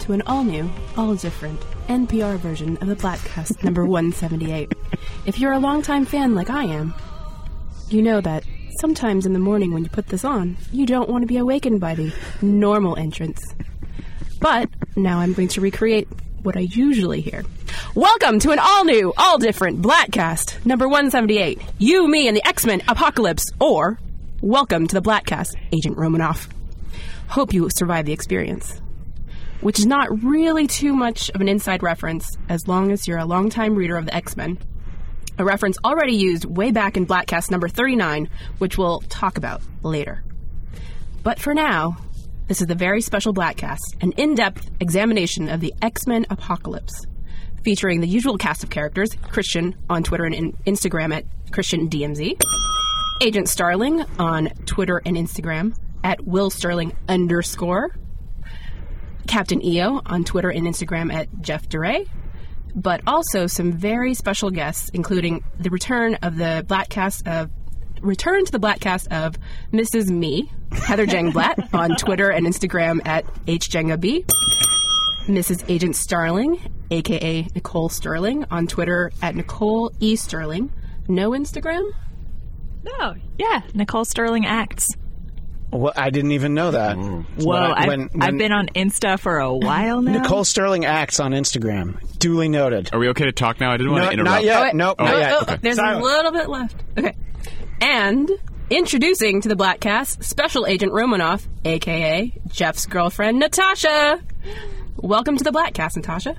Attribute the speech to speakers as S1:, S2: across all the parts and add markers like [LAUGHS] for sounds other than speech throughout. S1: to an all new, all different NPR version of the Blackcast number 178. If you're a longtime fan like I am, you know that sometimes in the morning when you put this on, you don't want to be awakened by the normal entrance. But now I'm going to recreate what I usually hear. Welcome to an all new, all different Blackcast number 178. You, me, and the X Men Apocalypse, or Welcome to the Blackcast, Agent Romanoff. Hope you survive the experience. Which is not really too much of an inside reference as long as you're a longtime reader of the X Men. A reference already used way back in Blackcast number 39, which we'll talk about later. But for now, this is the very special Blackcast, an in depth examination of the X Men Apocalypse, featuring the usual cast of characters Christian on Twitter and in- Instagram at ChristianDMZ, Agent Starling on Twitter and Instagram at Will Sterling underscore, Captain EO on Twitter and Instagram at Jeff Duray, but also some very special guests, including the return of the Blackcast of return to the Blackcast of Mrs. Me, Heather Jengblatt on Twitter and Instagram at HJengaB, Mrs. Agent Starling, aka Nicole Sterling, on Twitter at Nicole E Sterling. No Instagram?
S2: No, Oh, yeah, Nicole Sterling acts.
S3: Well, I didn't even know that.
S4: Mm.
S2: Whoa,
S3: When I-
S2: I've,
S3: when- when
S2: I've been on Insta for a while now.
S3: Nicole Sterling acts on Instagram. Duly noted.
S5: Are we okay to talk now? I didn't want
S3: No,
S5: to interrupt.
S3: not
S1: Oh,
S3: yet.
S1: wait.
S3: Nope,
S1: Oh,
S3: not
S1: oh,
S3: yet.
S1: oh, There's
S3: Silence.
S1: a little bit left. Okay. And introducing to the Blackcast, Special Agent Romanoff, aka Jeff's girlfriend, Natasha. Welcome to the Blackcast, Natasha.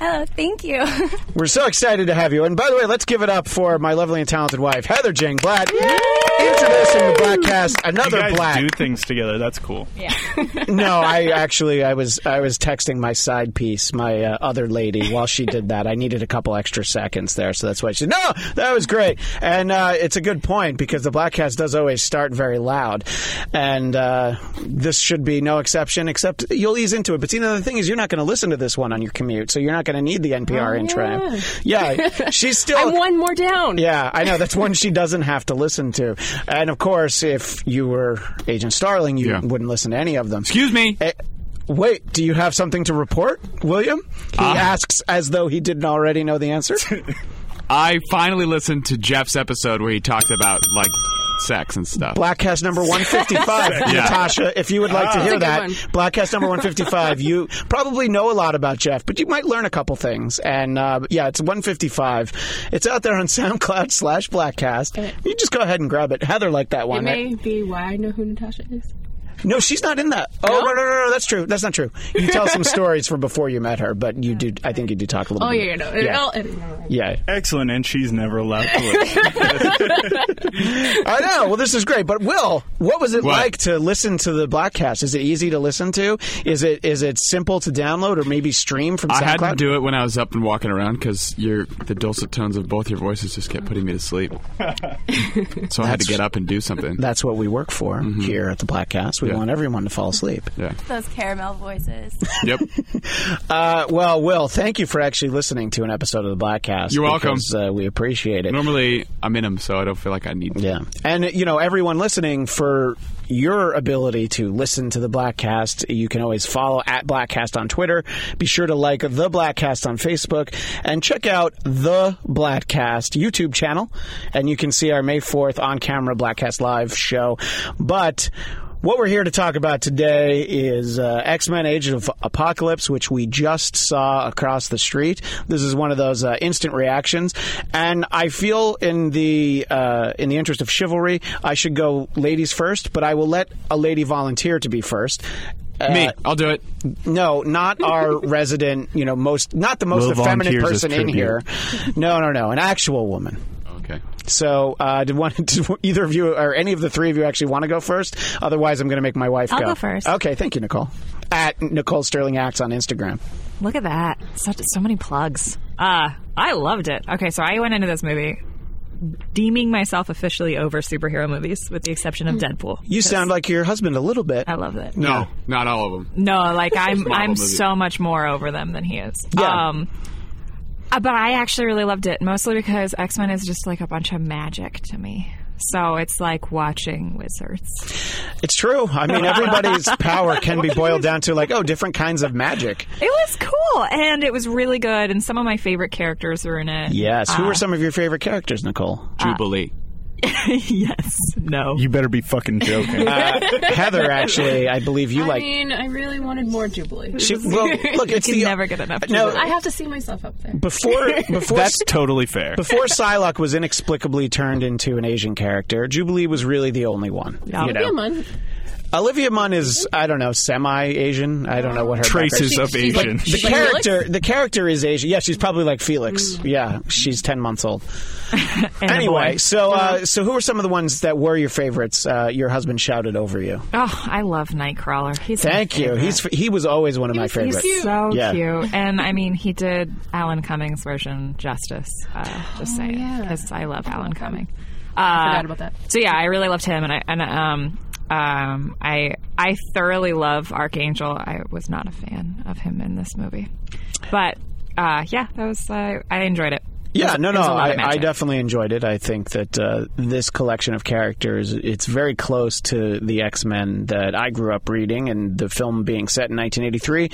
S6: Oh, thank you.
S3: We're so excited to have you. And by the way, let's give it up for my lovely and talented wife, Heather Jane Blatt, introducing the Blackcast,
S4: You
S3: another
S4: guys
S3: Black.
S4: do things together. That's cool.
S3: no, I actually I was I was texting my side piece, my uh, other lady, while she did that. I needed a couple extra seconds there, so that's why she. No, that was great, and uh, it's a good point because the black cast does always start very loud, and uh, this should be no exception. Except you'll ease into it. But see, the thing is, you're not going to listen to this one on your commute, so you're not going to need the NPR intro.
S1: [LAUGHS]
S3: Yeah, she's still.
S1: Oh, I'm one more down.
S3: Oh, Yeah, I know. That's one she doesn't have to listen to. And of course, if you were Agent Starling, you
S5: Yeah.
S3: wouldn't listen to any of them.
S5: Excuse me.
S3: Eh, Wait, do you have something to report, William? He
S1: Ah.
S3: asks as though he didn't already know the
S1: [LAUGHS]
S3: answer.
S5: I finally listened to Jeff's episode where he talked about like sex and stuff.
S3: Blackcast
S1: [LAUGHS]
S3: number 155,
S5: Yeah.
S3: Natasha, if you would like to hear that.
S1: Ah. That's a
S3: Blackcast number
S1: [LAUGHS]
S3: 155, you probably know a lot about Jeff, but you might learn a couple things. And uh, yeah, it's 155. It's out there on [LAUGHS] SoundCloud slash Blackcast. You just go ahead and grab it. Heather liked that
S1: It
S3: one.
S1: may be why I know who Natasha is.
S3: No, she's not in that. Oh, no, no, no, no, that's true. That's not true. You
S1: [LAUGHS]
S3: tell some stories from before you met her, but you do. I think you do talk a little.
S1: Oh
S3: bit.
S1: yeah, no,
S3: yeah.
S1: I'll edit. Never mind.
S3: yeah.
S4: Excellent, and she's never allowed
S6: [LAUGHS]
S4: to listen.
S3: I know. Well, this is great. But Will, what was it
S5: What?
S3: like to listen to the Blackcast? Is it easy to listen to? Is it is it simple to download or maybe stream from
S5: I
S3: SoundCloud?
S5: had to do it when I was up and walking around because your the dulcet tones of both your voices just kept putting me
S4: [LAUGHS]
S5: to sleep. so I had to get up and do something.
S3: That's what we work for here at the Blackcast. We
S5: Mm-hmm. Yeah.
S3: want everyone to fall asleep.
S5: yeah.
S6: Those caramel voices.
S5: Yep.
S3: Uh, well, Will, thank you for actually listening to an episode of the Blackcast.
S5: You're welcome.
S3: because, uh, we appreciate it.
S5: Normally I'm in them, so I don't feel like I need.
S3: Yeah. And, you know, everyone listening for your ability to listen to the Blackcast, you can always follow at Blackcast on Twitter. Be sure to like the Blackcast on Facebook and check out the Blackcast YouTube channel. And you can see our May 4th on camera Blackcast Live show. But. What we're here to talk about today is uh, X Men Age of Apocalypse, which we just saw across the street. This is one of those uh, instant reactions, and I feel in the uh, in the interest of chivalry, I should go ladies first, but I will let a lady volunteer to be first. Uh,
S5: Me, I'll do it.
S3: No, not
S4: [LAUGHS]
S3: our resident. You know, most not the most
S4: Will
S3: effeminate
S4: volunteers as
S3: person in
S4: tribute.
S3: here. No, no, no, an actual woman.
S5: Okay.
S3: So, uh, did one, [LAUGHS] did either of you or any of the three of you actually want to go first? Otherwise, I'm going to make my wife
S2: I'll
S3: go.
S2: go first.
S3: Okay, thank you, Nicole. At Nicole Sterling acts on Instagram.
S2: Look at that. Such, so many plugs. Ah, I loved it. Okay, so I went into this movie deeming myself officially over superhero movies, with the exception of Deadpool.
S3: Mm. You sound like your husband a little bit.
S2: I love it.
S5: No, not all of them.
S2: No, like I'm
S5: Marvel
S2: I'm
S5: movie.
S2: so much more over them than he is.
S3: Yeah.
S2: Um uh, but I actually really loved it, mostly because X Men is just like a bunch of magic to me.
S7: So it's like watching wizards.
S3: It's true. I mean, everybody's power can be boiled down to like, oh, different kinds of magic.
S7: It was cool and it was really good and some of my favorite characters were in it.
S3: Yes. Who were some of your favorite characters, Nicole?
S6: Uh,
S5: Jubilee.
S7: [LAUGHS] yes. No.
S8: You better be fucking joking.
S3: Uh, Heather, actually, I believe you
S9: I
S3: like.
S9: mean, I really wanted more Jubilee.
S3: She, well,
S2: [LAUGHS]
S3: look, it's
S7: You
S3: the
S7: can never
S3: [LAUGHS]
S7: get enough.
S3: no.
S9: I have to see myself up there.
S3: Before before
S8: That's totally fair.
S3: before Psylocke was inexplicably turned into an Asian character, Jubilee was really the only one.
S7: Yeah.
S3: You
S9: Yeah,
S3: know,
S9: man.
S3: Olivia Munn is I don't know semi Asian. I don't know what her
S8: Traces
S3: background-
S8: of Asian.
S3: The
S9: Like Felix?
S3: character, the character is Asian. Yeah, she's probably like Felix. Yeah, she's ten months old.
S7: Hmm. And a
S3: anyway,
S7: boy.
S3: so uh, so who are some of the ones that were your favorites? Uh, your husband shouted over you.
S7: Oh, I love Nightcrawler. He's my
S3: Thank you.
S7: [LAUGHS] favorite.
S3: He's he was always one of my
S7: He's
S3: favorites.
S7: so
S3: Yeah.
S7: cute, and I mean, he did Alan Cummings' version justice. Uh, just saying,
S9: Oh, yeah.
S7: because I love Alan Cumming. Uh,
S9: forgot about that.
S7: So yeah, I really loved him, and I and um um I I thoroughly love Archangel. I was not a fan of him in this movie, but uh, yeah, that was uh, I enjoyed it.
S3: Yeah,
S7: It was-
S3: no,
S7: it
S3: no,
S7: was a lot
S3: I,
S7: of
S3: I
S7: magic.
S3: definitely enjoyed it. I think that uh, this collection of characters, it's very close to the X Men that I grew up reading, and the film being set in 1983,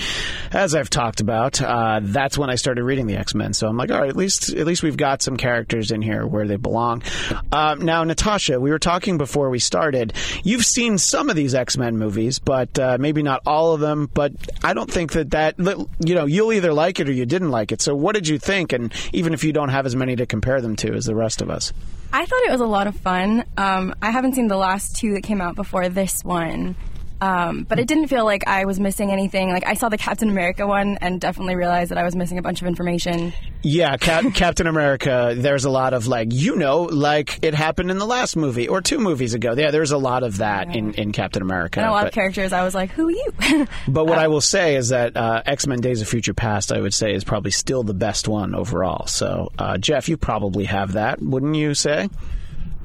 S3: as I've talked about, uh, that's when I started reading the X Men. So I'm like, all right, at least at least we've got some characters in here where they belong. Um, now, Natasha, we were talking before we started. You've seen some of these X Men movies, but uh, maybe not all of them. But I don't think that that you know you'll either like it or you didn't like it. So what did you think? And even if you don't have as many to compare them to as the rest of us,
S1: I thought it was a lot of fun. Um, I haven't seen the last two that came out before this one, um, but it didn't feel like I was missing anything. Like I saw the Captain America one and definitely realized that I was missing a bunch of information.
S3: yeah, Cap- [LAUGHS] Captain America. There's a lot of like you know, like it happened in the last movie or two movies ago. Yeah, there's a lot of that in, in Captain America.
S1: And a lot
S3: but-
S1: of characters, I was like, "Who are you?" [LAUGHS]
S3: But what I will say is that uh, X Men: Days of Future Past, I would say, is probably still the best one overall. So, uh, Jeff, you probably have that, wouldn't you say?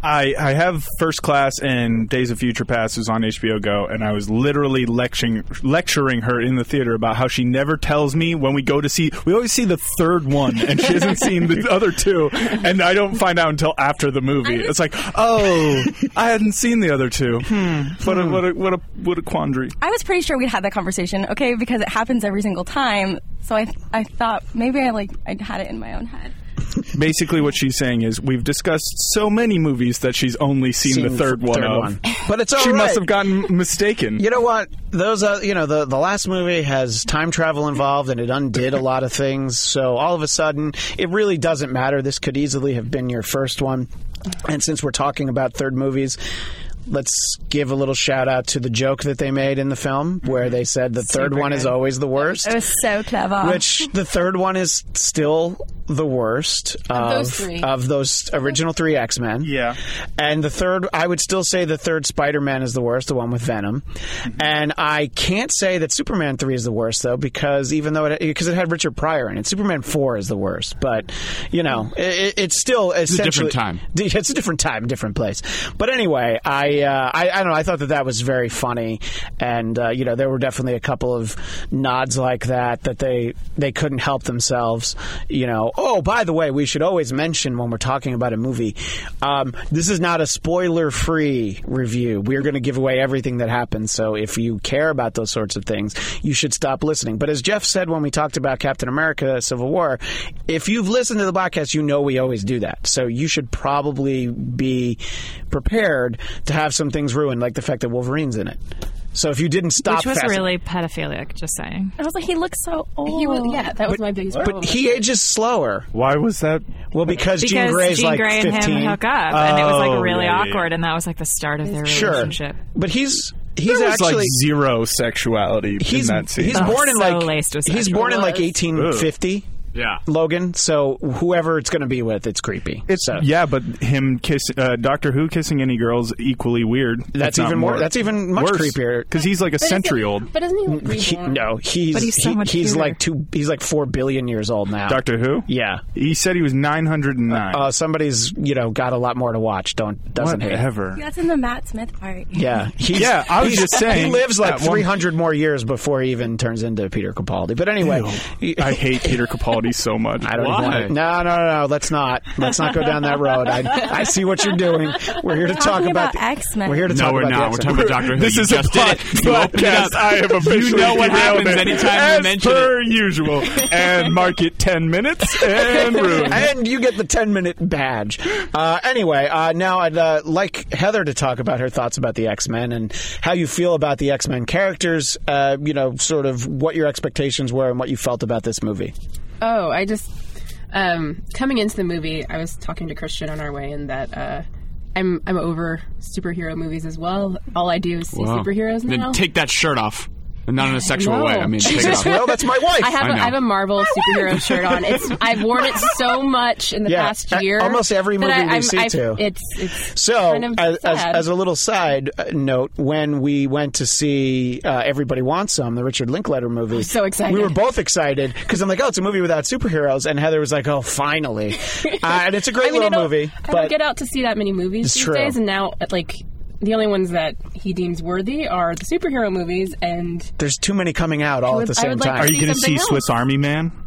S8: I, I have First Class and Days of Future Past is on HBO Go, and I was literally lecturing lecturing her in the theater about how she never tells me when we go to see. We always see the third one, and she hasn't
S3: [LAUGHS]
S8: seen the other two, and I don't find out until after the movie. It's like, oh, I hadn't seen the other two.
S3: Hmm.
S8: What a what a what a what a quandary.
S1: I was pretty sure we'd had that conversation, okay, because it happens every single time. So I, I thought maybe I like I had it in my own head.
S8: Basically, what she's saying is we've discussed so many movies that she's only seen, the third one of.
S3: but it's all
S8: She
S3: right.
S8: must have gotten mistaken.
S3: You know what? Those, uh, you know, the the last movie has time travel involved, and it undid a lot of things. So all of a sudden, it really doesn't matter. This could easily have been your first one. And since we're talking about third movies. Let's give a little shout out to the joke that they made in the film where they said the third one is always the worst.
S1: It was so clever.
S3: Which the third one is still the worst of
S9: those three.
S3: of those original three X Men.
S8: Yeah.
S3: and the third, I would still say the third Spider Man is the worst, the one with Venom. And I can't say that Superman three is the worst though, because even though it because it had Richard Pryor in it, Superman four is the worst. But you know, it, it's still
S5: a different
S3: essentially-
S5: time.
S3: D- [LAUGHS] It's a different time, different place. But anyway, I, uh, I I don't know. I thought that that was very funny, and uh, you know there were definitely a couple of nods like that that they they couldn't help themselves. You know, oh by the way, we should always mention when we're talking about a movie, um, this is not a spoiler free review. We're going to give away everything that happens. So if you care about those sorts of things, you should stop listening. But as Jeff said when we talked about Captain America: Civil War, if you've listened to the podcast, you know we always do that. So you should probably be prepared to have some things ruined, like the fact that Wolverine's in it. So if you didn't stop,
S7: Which was
S3: fast-
S7: really pedophilic. Just saying.
S1: I was like, he looks so old.
S9: He was, yeah, that was my biggest problem.
S3: But he ages slower.
S8: Why was that?
S3: Well, because, Jean Grey's
S7: Jean
S3: like
S7: Grey and
S3: 15.
S7: him hook up, and it was
S8: Oh,
S7: like really
S8: yeah, yeah, yeah.
S7: awkward, and that was like the start of their
S3: Sure,
S7: relationship.
S3: but he's he's
S8: There was
S3: actually
S8: like zero sexuality
S3: he's
S8: in that scene.
S3: he's
S7: Oh,
S3: born in
S7: so
S3: like
S7: laced with
S3: he's
S7: sexual
S3: born in like
S9: was.
S3: 1850.
S5: Yeah.
S3: Logan. So whoever it's going to be with, it's creepy.
S8: It's
S3: so.
S8: yeah, but him kiss uh, Doctor Who kissing any girls equally weird.
S3: That's even more- that's even much creepier.
S8: because he's like a century old.
S9: But isn't he like
S3: He-
S9: reborn?
S3: no, he's
S7: But he's so
S3: he-
S7: much
S3: he's
S7: cuter.
S3: like two. He's like four billion years old now.
S8: Doctor Who.
S3: Yeah.
S8: he said he was nine hundred and nine.
S3: Uh, somebody's you know got a lot more to watch. Don't doesn't hate.
S8: Whatever.
S1: That's in the Matt Smith part.
S3: Yeah, he's,
S8: Yeah, I was
S3: he's-
S8: just saying,
S3: he lives like
S8: at one-
S3: three hundred more years before he even turns into Peter Capaldi. But anyway, he-
S8: I hate Peter quality so
S3: [LAUGHS]
S8: much.
S3: I don't [LAUGHS]
S5: Why?
S3: want to. No, no, no, no. Let's not. Let's not go down that road. I, I see what you're doing. We're here to talk
S1: talking
S3: about,
S1: about
S3: the-
S1: X-Men.
S3: We're here to
S5: No,
S3: talk
S5: we're
S3: about the
S5: not. We're
S3: X-Men.
S5: talking about Doctor Who.
S8: This
S5: you
S8: is
S5: just
S8: a pod-
S5: did it. You opened it
S8: podcast.
S5: up.
S8: I have officially
S5: You know what
S8: derailed
S5: happens
S8: it,
S5: anytime
S8: as
S5: you mention
S8: per usual. And mark it ten minutes
S9: [LAUGHS]
S8: and room.
S3: and you get the 10 minute badge. Uh, anyway, uh, now I'd uh, like Heather to talk about her thoughts about the X Men and how you feel about the X Men characters, uh, you know, sort of what your expectations were and what you felt about this movie.
S9: Oh, I just um, coming into the movie, I was talking to Christian on our way, and that uh, I'm I'm over superhero movies as well. All I do is see
S5: Wow.
S9: superheroes now.
S5: Then take that shirt off. And not in a sexual
S9: No.
S5: way. I mean, take it off.
S3: well, that's my wife.
S9: [LAUGHS] I have,
S5: I
S9: a,
S5: know.
S9: I have a Marvel superhero shirt on. It's I've worn it so much in the
S3: Yeah,
S9: past
S3: a-
S9: year.
S3: almost every
S9: that
S3: movie we
S9: I'm-
S3: see
S9: I've-
S3: too.
S9: It's, it's
S3: So,
S9: kind of
S3: as, as,
S9: sad.
S3: as a little side uh, note, when we went to see uh, Everybody Wants Some, the Richard Linklater movie,
S9: so excited.
S3: We were both excited because I'm like, oh, it's a movie without superheroes, and Heather was like, oh,
S9: [LAUGHS]
S3: finally, uh, and it's a great
S9: I mean, I
S3: little
S9: don't,
S3: movie.
S9: I
S3: but
S9: don't get out to see that many movies
S3: It's
S9: these
S3: true.
S9: days, and now like the only ones that he deems worthy are the superhero movies and
S3: there's too many coming out all
S9: would-
S3: at the
S9: I
S3: same
S9: would like
S3: time.
S9: to
S8: Are you
S9: See
S8: going to
S9: something
S8: see
S9: else.
S8: Swiss Army Man?
S3: [LAUGHS]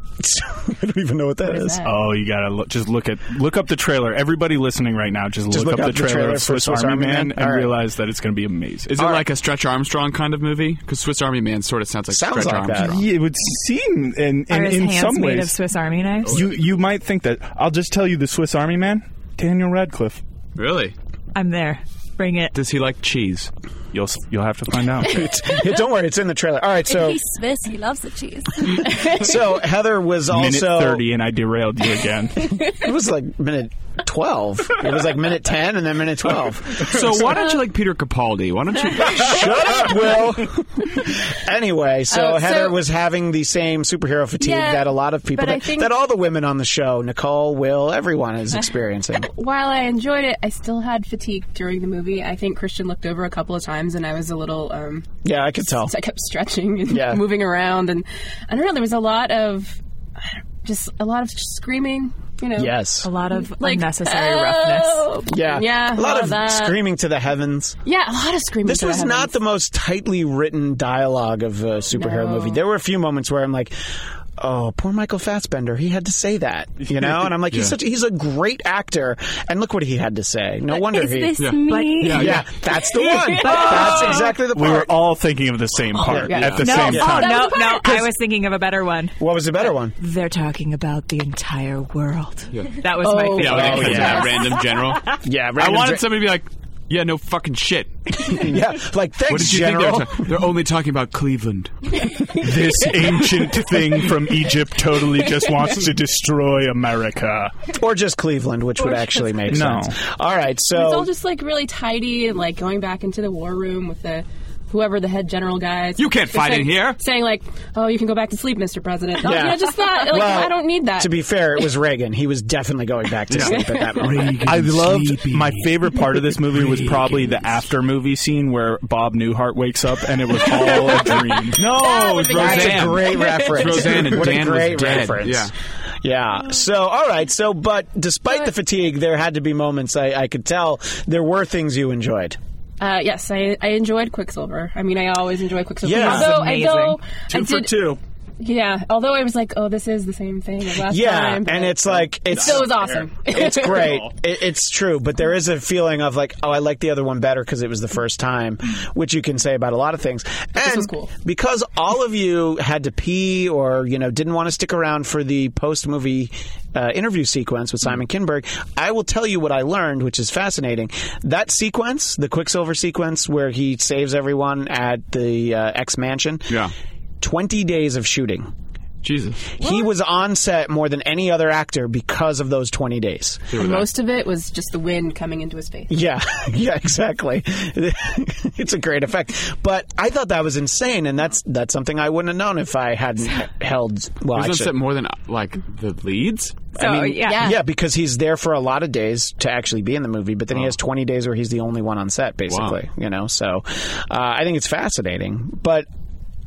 S3: I don't even know what that is.
S9: that?
S8: Oh, you gotta look, just look at look up the trailer. Everybody listening right now, just,
S3: look up
S8: the
S3: the
S8: trailer,
S3: trailer
S8: of
S3: for
S8: Swiss, Army, Man, and
S3: All right.
S8: realize that it's going to be amazing.
S5: Is it like a Stretch Armstrong kind of movie? Because Swiss Army Man sort of sounds like
S3: Sounds
S5: Stretch
S3: like that.
S5: Armstrong.
S8: Yeah, it would seem, and,
S7: Are
S8: and
S7: his
S8: in
S7: hands
S8: some
S7: made of
S8: ways,
S7: Swiss Army knives?
S8: you you might think that. I'll just tell you, the Swiss Army Man, Daniel Radcliffe.
S5: Really?
S7: I'm there. Bring it.
S5: Does he like cheese?
S8: You'll s- you'll have to find [LAUGHS] out.
S3: Yeah, don't worry, it's in the trailer. All right, so
S1: He's Swiss. He loves the cheese.
S3: so Heather was
S8: Minute
S3: also
S8: thirty, and I derailed you [LAUGHS] again.
S3: It was like minute twelve. It was like minute ten, and then minute twelve.
S5: So why
S3: [LAUGHS]
S5: don't you like Peter Capaldi? Why don't you?
S3: Shut up, Will. anyway, so
S9: Uh, so-
S3: Heather was having the same superhero fatigue
S9: Yeah,
S3: that a lot of people,
S9: but I
S3: that,
S9: think-
S3: that all the women on the show, Nicole, Will, everyone
S9: [LAUGHS]
S3: is experiencing.
S9: while I enjoyed it, I still had fatigue during the movie. I think Christian looked over a couple of times, and I was a little. Um,
S3: yeah, I could tell.
S9: so [LAUGHS] I kept stretching and
S3: Yeah.
S9: [LAUGHS] moving around, and I don't know. There was a lot of just a lot of screaming. You know.
S3: Yes.
S7: A lot of
S9: Like
S7: unnecessary
S9: "Oh!"
S7: roughness.
S3: Yeah.
S9: Yeah.
S3: A lot
S9: all
S3: of
S9: that.
S3: screaming to the heavens.
S9: Yeah, a lot of screaming.
S3: This
S9: to the
S3: was not
S9: heavens.
S3: the most tightly written dialogue of a superhero
S9: No.
S3: movie. There were a few moments where I'm like, "Oh, poor Michael Fassbender. He had to say that,"
S5: [LAUGHS]
S3: you know. And I'm like, "He's
S5: Yeah.
S3: such. He's a great actor, and look what he had to say. No wonder
S1: Is
S3: he."
S1: this
S5: Yeah.
S1: me?
S5: Yeah,
S3: yeah, that's the one. that's exactly the
S8: we
S3: part.
S8: were all thinking of the same part
S9: yeah.
S8: at the
S7: No,
S8: same
S7: oh,
S8: time.
S7: no, no. I was thinking of a better one.
S3: what was the better one?
S7: They're talking about the entire world. That was my
S9: Oh.
S7: favorite.
S5: Yeah, when it
S3: Oh,
S5: comes to
S3: yeah.
S5: that random general.
S3: Yeah,
S5: I
S3: [LAUGHS] random
S5: wanted
S3: dra-
S5: somebody to be like, "Yeah, no fucking shit."
S3: Yeah, like thanks,
S5: What did you
S3: General.
S5: think? They were ta- they're only talking about Cleveland.
S8: [LAUGHS] This ancient thing from Egypt totally just wants to destroy America.
S3: or just Cleveland, which would actually make
S8: No.
S3: sense. All right,
S9: It's all
S3: so
S9: just like really tidy and like going back into the war room with the whoever the head general guy is.
S5: You can't
S9: Just
S5: fight
S9: like
S5: in here.
S9: Saying like, "Oh, you can go back to sleep, Mr. President." Oh,
S3: Yeah.
S9: yeah, just that. Like,
S3: Well,
S9: I don't need that.
S3: to be fair, it was Reagan. He was definitely going back to
S5: Yeah.
S3: sleep at that moment.
S8: I loved my favorite part of this movie was probably the after movie scene where Bob Newhart wakes up
S5: [LAUGHS]
S8: and it was all a dream.
S5: No, it's
S3: That's a [LAUGHS] great reference.
S8: [LAUGHS]
S5: Roseanne and
S3: what
S5: Dan
S3: a
S5: was
S3: great
S5: dead.
S3: reference.
S5: Yeah.
S3: Yeah. So, all right. So, but despite the fatigue, there had to be moments I, I could tell there were things you enjoyed.
S9: Uh, yes, I, I enjoyed Quicksilver. I mean, I always enjoy Quicksilver.
S3: Yeah.
S9: although I
S7: Amazing.
S9: though I
S8: For
S9: did,
S8: two.
S9: yeah. Although I was like, oh, this is the same thing as last
S3: Yeah,
S9: time. but
S3: and it's like it's
S9: still was awesome.
S3: it's great. It, it's true, but there is a feeling of like, oh, I like the other one better because it was the first time, which you can say about a lot of things. And
S9: was cool.
S3: because all of you had to pee or you know didn't want to stick around for the post movie uh, interview sequence with Simon Kinberg, I will tell you what I learned, which is fascinating. That sequence, the Quicksilver sequence where he saves everyone at the uh, X Mansion,
S5: Yeah.
S3: twenty days of shooting.
S5: Jesus.
S3: He was on set more than any other actor because of those 20 days.
S9: And most of it was just the wind coming into his face.
S3: Yeah, [LAUGHS] yeah, exactly. [LAUGHS] it's a great effect. But I thought that was insane, and that's that's something I wouldn't have known if I hadn't h- held. Well, I
S5: Isn't
S3: should-
S5: that more than uh, like the leads?
S7: So,
S3: I mean,
S7: yeah.
S3: yeah, because he's there for a lot of days to actually be in the movie, but then he has 20 days where he's the only one on set, basically. You know, so uh, I think it's fascinating, but.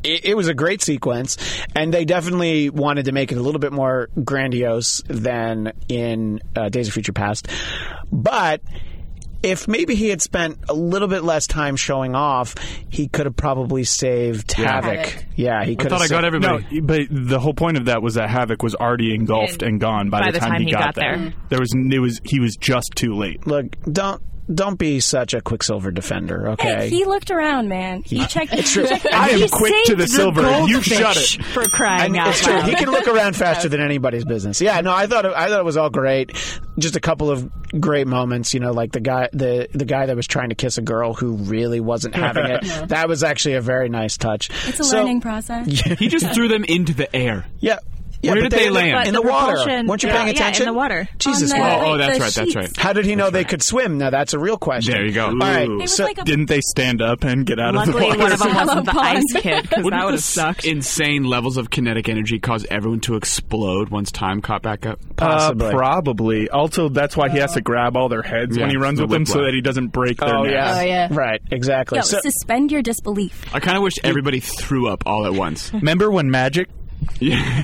S3: It, it was a great sequence, and they definitely wanted to make it a little bit more grandiose than in uh, Days of Future Past, but. if maybe he had spent a little bit less time showing off, he could have probably saved Havoc.
S9: Havoc.
S3: Yeah, he could have.
S5: I thought I
S3: sa-
S5: got everybody.
S8: No, but the whole point of that was that Havoc was already engulfed
S7: And
S8: and gone by,
S7: by the time he got
S8: there.
S7: there. Mm.
S8: There was it was he was just too late.
S3: Look, don't don't be such a Quicksilver defender.
S1: Hey,
S3: Okay.
S1: he looked around, man. He checked.
S3: it's true.
S8: I am
S7: He
S8: quick to
S7: saved
S8: the silver. You
S7: goldfish
S8: shut it.
S7: For crying
S3: And
S7: out
S3: it's true.
S7: loud.
S3: He can look around faster than anybody's business. Yeah, no, I thought it, I thought it was all great. Just a couple of great moments, you know, like the guy the the guy that was trying to kiss a girl who really wasn't having
S5: [LAUGHS]
S3: it. that was actually a very nice touch.
S1: It's a
S3: So-
S1: learning process.
S5: He just threw them into the
S8: [LAUGHS]
S5: air.
S3: Yeah. Yeah,
S5: Where
S3: but
S5: did they
S3: in
S5: land?
S3: the-
S5: But
S3: In
S7: the
S3: the, water.
S7: propulsion-
S3: Weren't you
S7: yeah,
S3: paying
S7: yeah, in
S3: attention?
S7: the water.
S3: Jesus.
S1: On the-
S3: Christ.
S5: Oh, oh,
S1: Like
S5: that's
S1: the
S5: right. That's
S1: sheets.
S5: right.
S3: How did he know they could swim? Now that's a real question.
S5: There you go.
S3: All right.
S8: Ooh.
S1: It was
S3: so
S1: like a
S8: Didn't they stand up and get out of the
S7: Luckily,
S8: water?
S7: one of them wasn't the
S1: Shallow
S7: ice
S1: pond.
S7: kid because
S5: Wouldn't
S7: that would have
S5: this
S7: sucked.
S5: Insane levels of kinetic energy cause everyone to explode once time caught back up.
S8: Uh,
S3: possibly.
S8: probably. Also, that's why he has to grab all their heads
S5: Yeah,
S8: when he runs
S5: the
S8: with them, so
S5: whiplash.
S8: that he doesn't break their
S3: oh,
S8: necks.
S3: yeah.
S9: Oh, yeah.
S3: Right. Exactly.
S1: Yo,
S3: so,
S1: suspend your disbelief.
S8: Uh,
S5: I kind of wish everybody threw up all at once.
S8: Remember when magic?
S5: Yeah.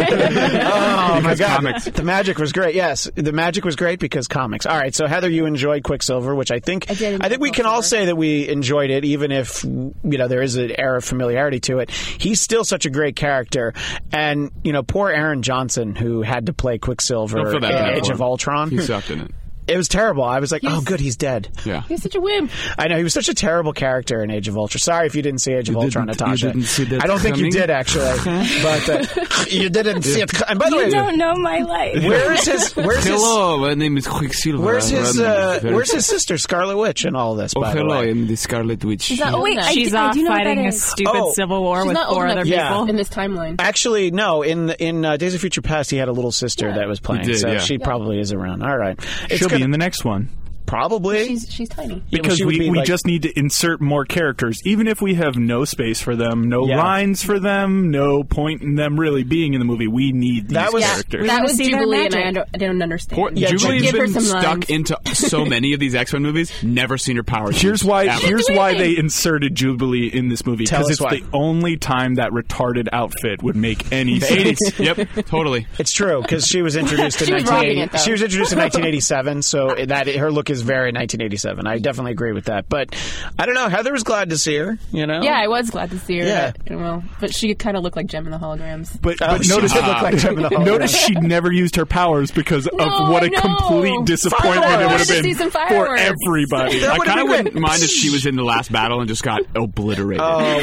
S5: [LAUGHS]
S3: oh my god,
S5: comics.
S3: the magic was great. Yes, the magic was great because comics. All right, so Heather, you enjoyed Quicksilver, which I think I,
S9: did enjoy
S3: think we can all say that we enjoyed it, even if you know there is an air of familiarity to it. He's still such a great character, and you know, poor Aaron Johnson who had to play Quicksilver
S5: Don't feel
S3: in
S5: that bad
S3: Age
S5: for
S3: of
S5: him.
S3: Ultron.
S5: he sucked in it.
S3: It was terrible. I was like, oh, good, he's dead.
S5: Yeah.
S9: He's such a wimp.
S3: I know he was such a terrible character in Age of Ultron. Sorry if you didn't see Age of Ultron,
S5: didn't- you
S3: Natasha.
S5: didn't see that
S3: I don't think you
S5: coming?
S3: did actually,
S5: [LAUGHS]
S3: but uh, you didn't see it. co- And by the
S1: You
S3: way,
S1: don't know my life.
S3: where is his? Where's his?
S5: my name is Quicksilver.
S3: Where's his? Uh, where's
S5: [LAUGHS]
S3: his sister, Scarlet Witch, and all
S8: Oh,
S3: this? by the way?
S5: am Oh, the Scarlet Witch.
S1: that- Oh, wait, I
S7: She's
S1: do- I
S7: off
S1: do know what that
S7: fighting a
S1: is.
S7: stupid
S3: Oh.
S7: civil war with
S9: not old
S7: four
S9: enough
S7: other
S9: yet.
S3: Yeah.
S7: people.
S9: In this timeline.
S3: Actually, no. In in uh, Days of Future Past, he had a little sister that was playing,
S5: did,
S3: so
S5: yeah.
S3: she probably is around. All right, It's
S8: She'll be
S3: gonna-
S8: in the next one.
S3: probably
S9: She's, she's tiny.
S3: Yeah, well,
S8: Because
S3: she would
S8: we,
S3: be
S8: we
S3: like-
S8: just need to insert more characters, even if we have no space for them, no
S3: Yeah.
S8: lines for them, no point in them really being in the movie. We need these
S3: That was- Yeah.
S8: characters.
S9: That
S7: wanna
S9: was
S7: see their
S9: Jubilee, and
S7: magic.
S9: I don't, I don't understand.
S5: Poor,
S3: Yeah,
S5: Julie's
S9: give her
S5: been
S9: some
S5: stuck
S9: lines.
S5: into
S9: [LAUGHS]
S5: so many of these X Men movies. Never seen her powers.
S8: Here's
S5: used
S8: why.
S5: ever.
S8: Here's why they inserted Jubilee in this movie
S3: Tell us
S8: because it's
S3: why.
S8: the only time that retarded outfit would make any sense.
S5: 80s.
S3: [LAUGHS]
S5: Yep, totally.
S3: It's true because she was
S9: [LAUGHS]
S3: introduced in
S9: She was rocking
S3: 1980.
S9: it, though.
S3: she was
S9: [LAUGHS]
S3: introduced in 1987, so that her look is very 1987. I definitely agree with that. But I don't know. Heather was glad to see her. You know.
S9: Yeah, I was glad to see her.
S3: Yeah.
S9: but, well, but she kind of looked like Gem in the holograms.
S8: But,
S3: Oh, [LAUGHS]
S8: but
S3: she
S8: notice,
S3: did look like Gemini Hall.
S8: notice she never used her powers because of
S9: No,
S8: what
S9: I
S8: a
S9: know.
S8: complete disappointment
S3: Fireworks.
S8: it would
S3: I wanted
S8: have
S3: to
S9: see
S8: been
S9: some
S8: for
S9: fireworks.
S8: everybody.
S3: That
S5: I
S3: would have
S5: kind of
S3: been
S5: wouldn't
S3: good.
S5: mind if she was in the last battle and just got obliterated.
S3: Oh,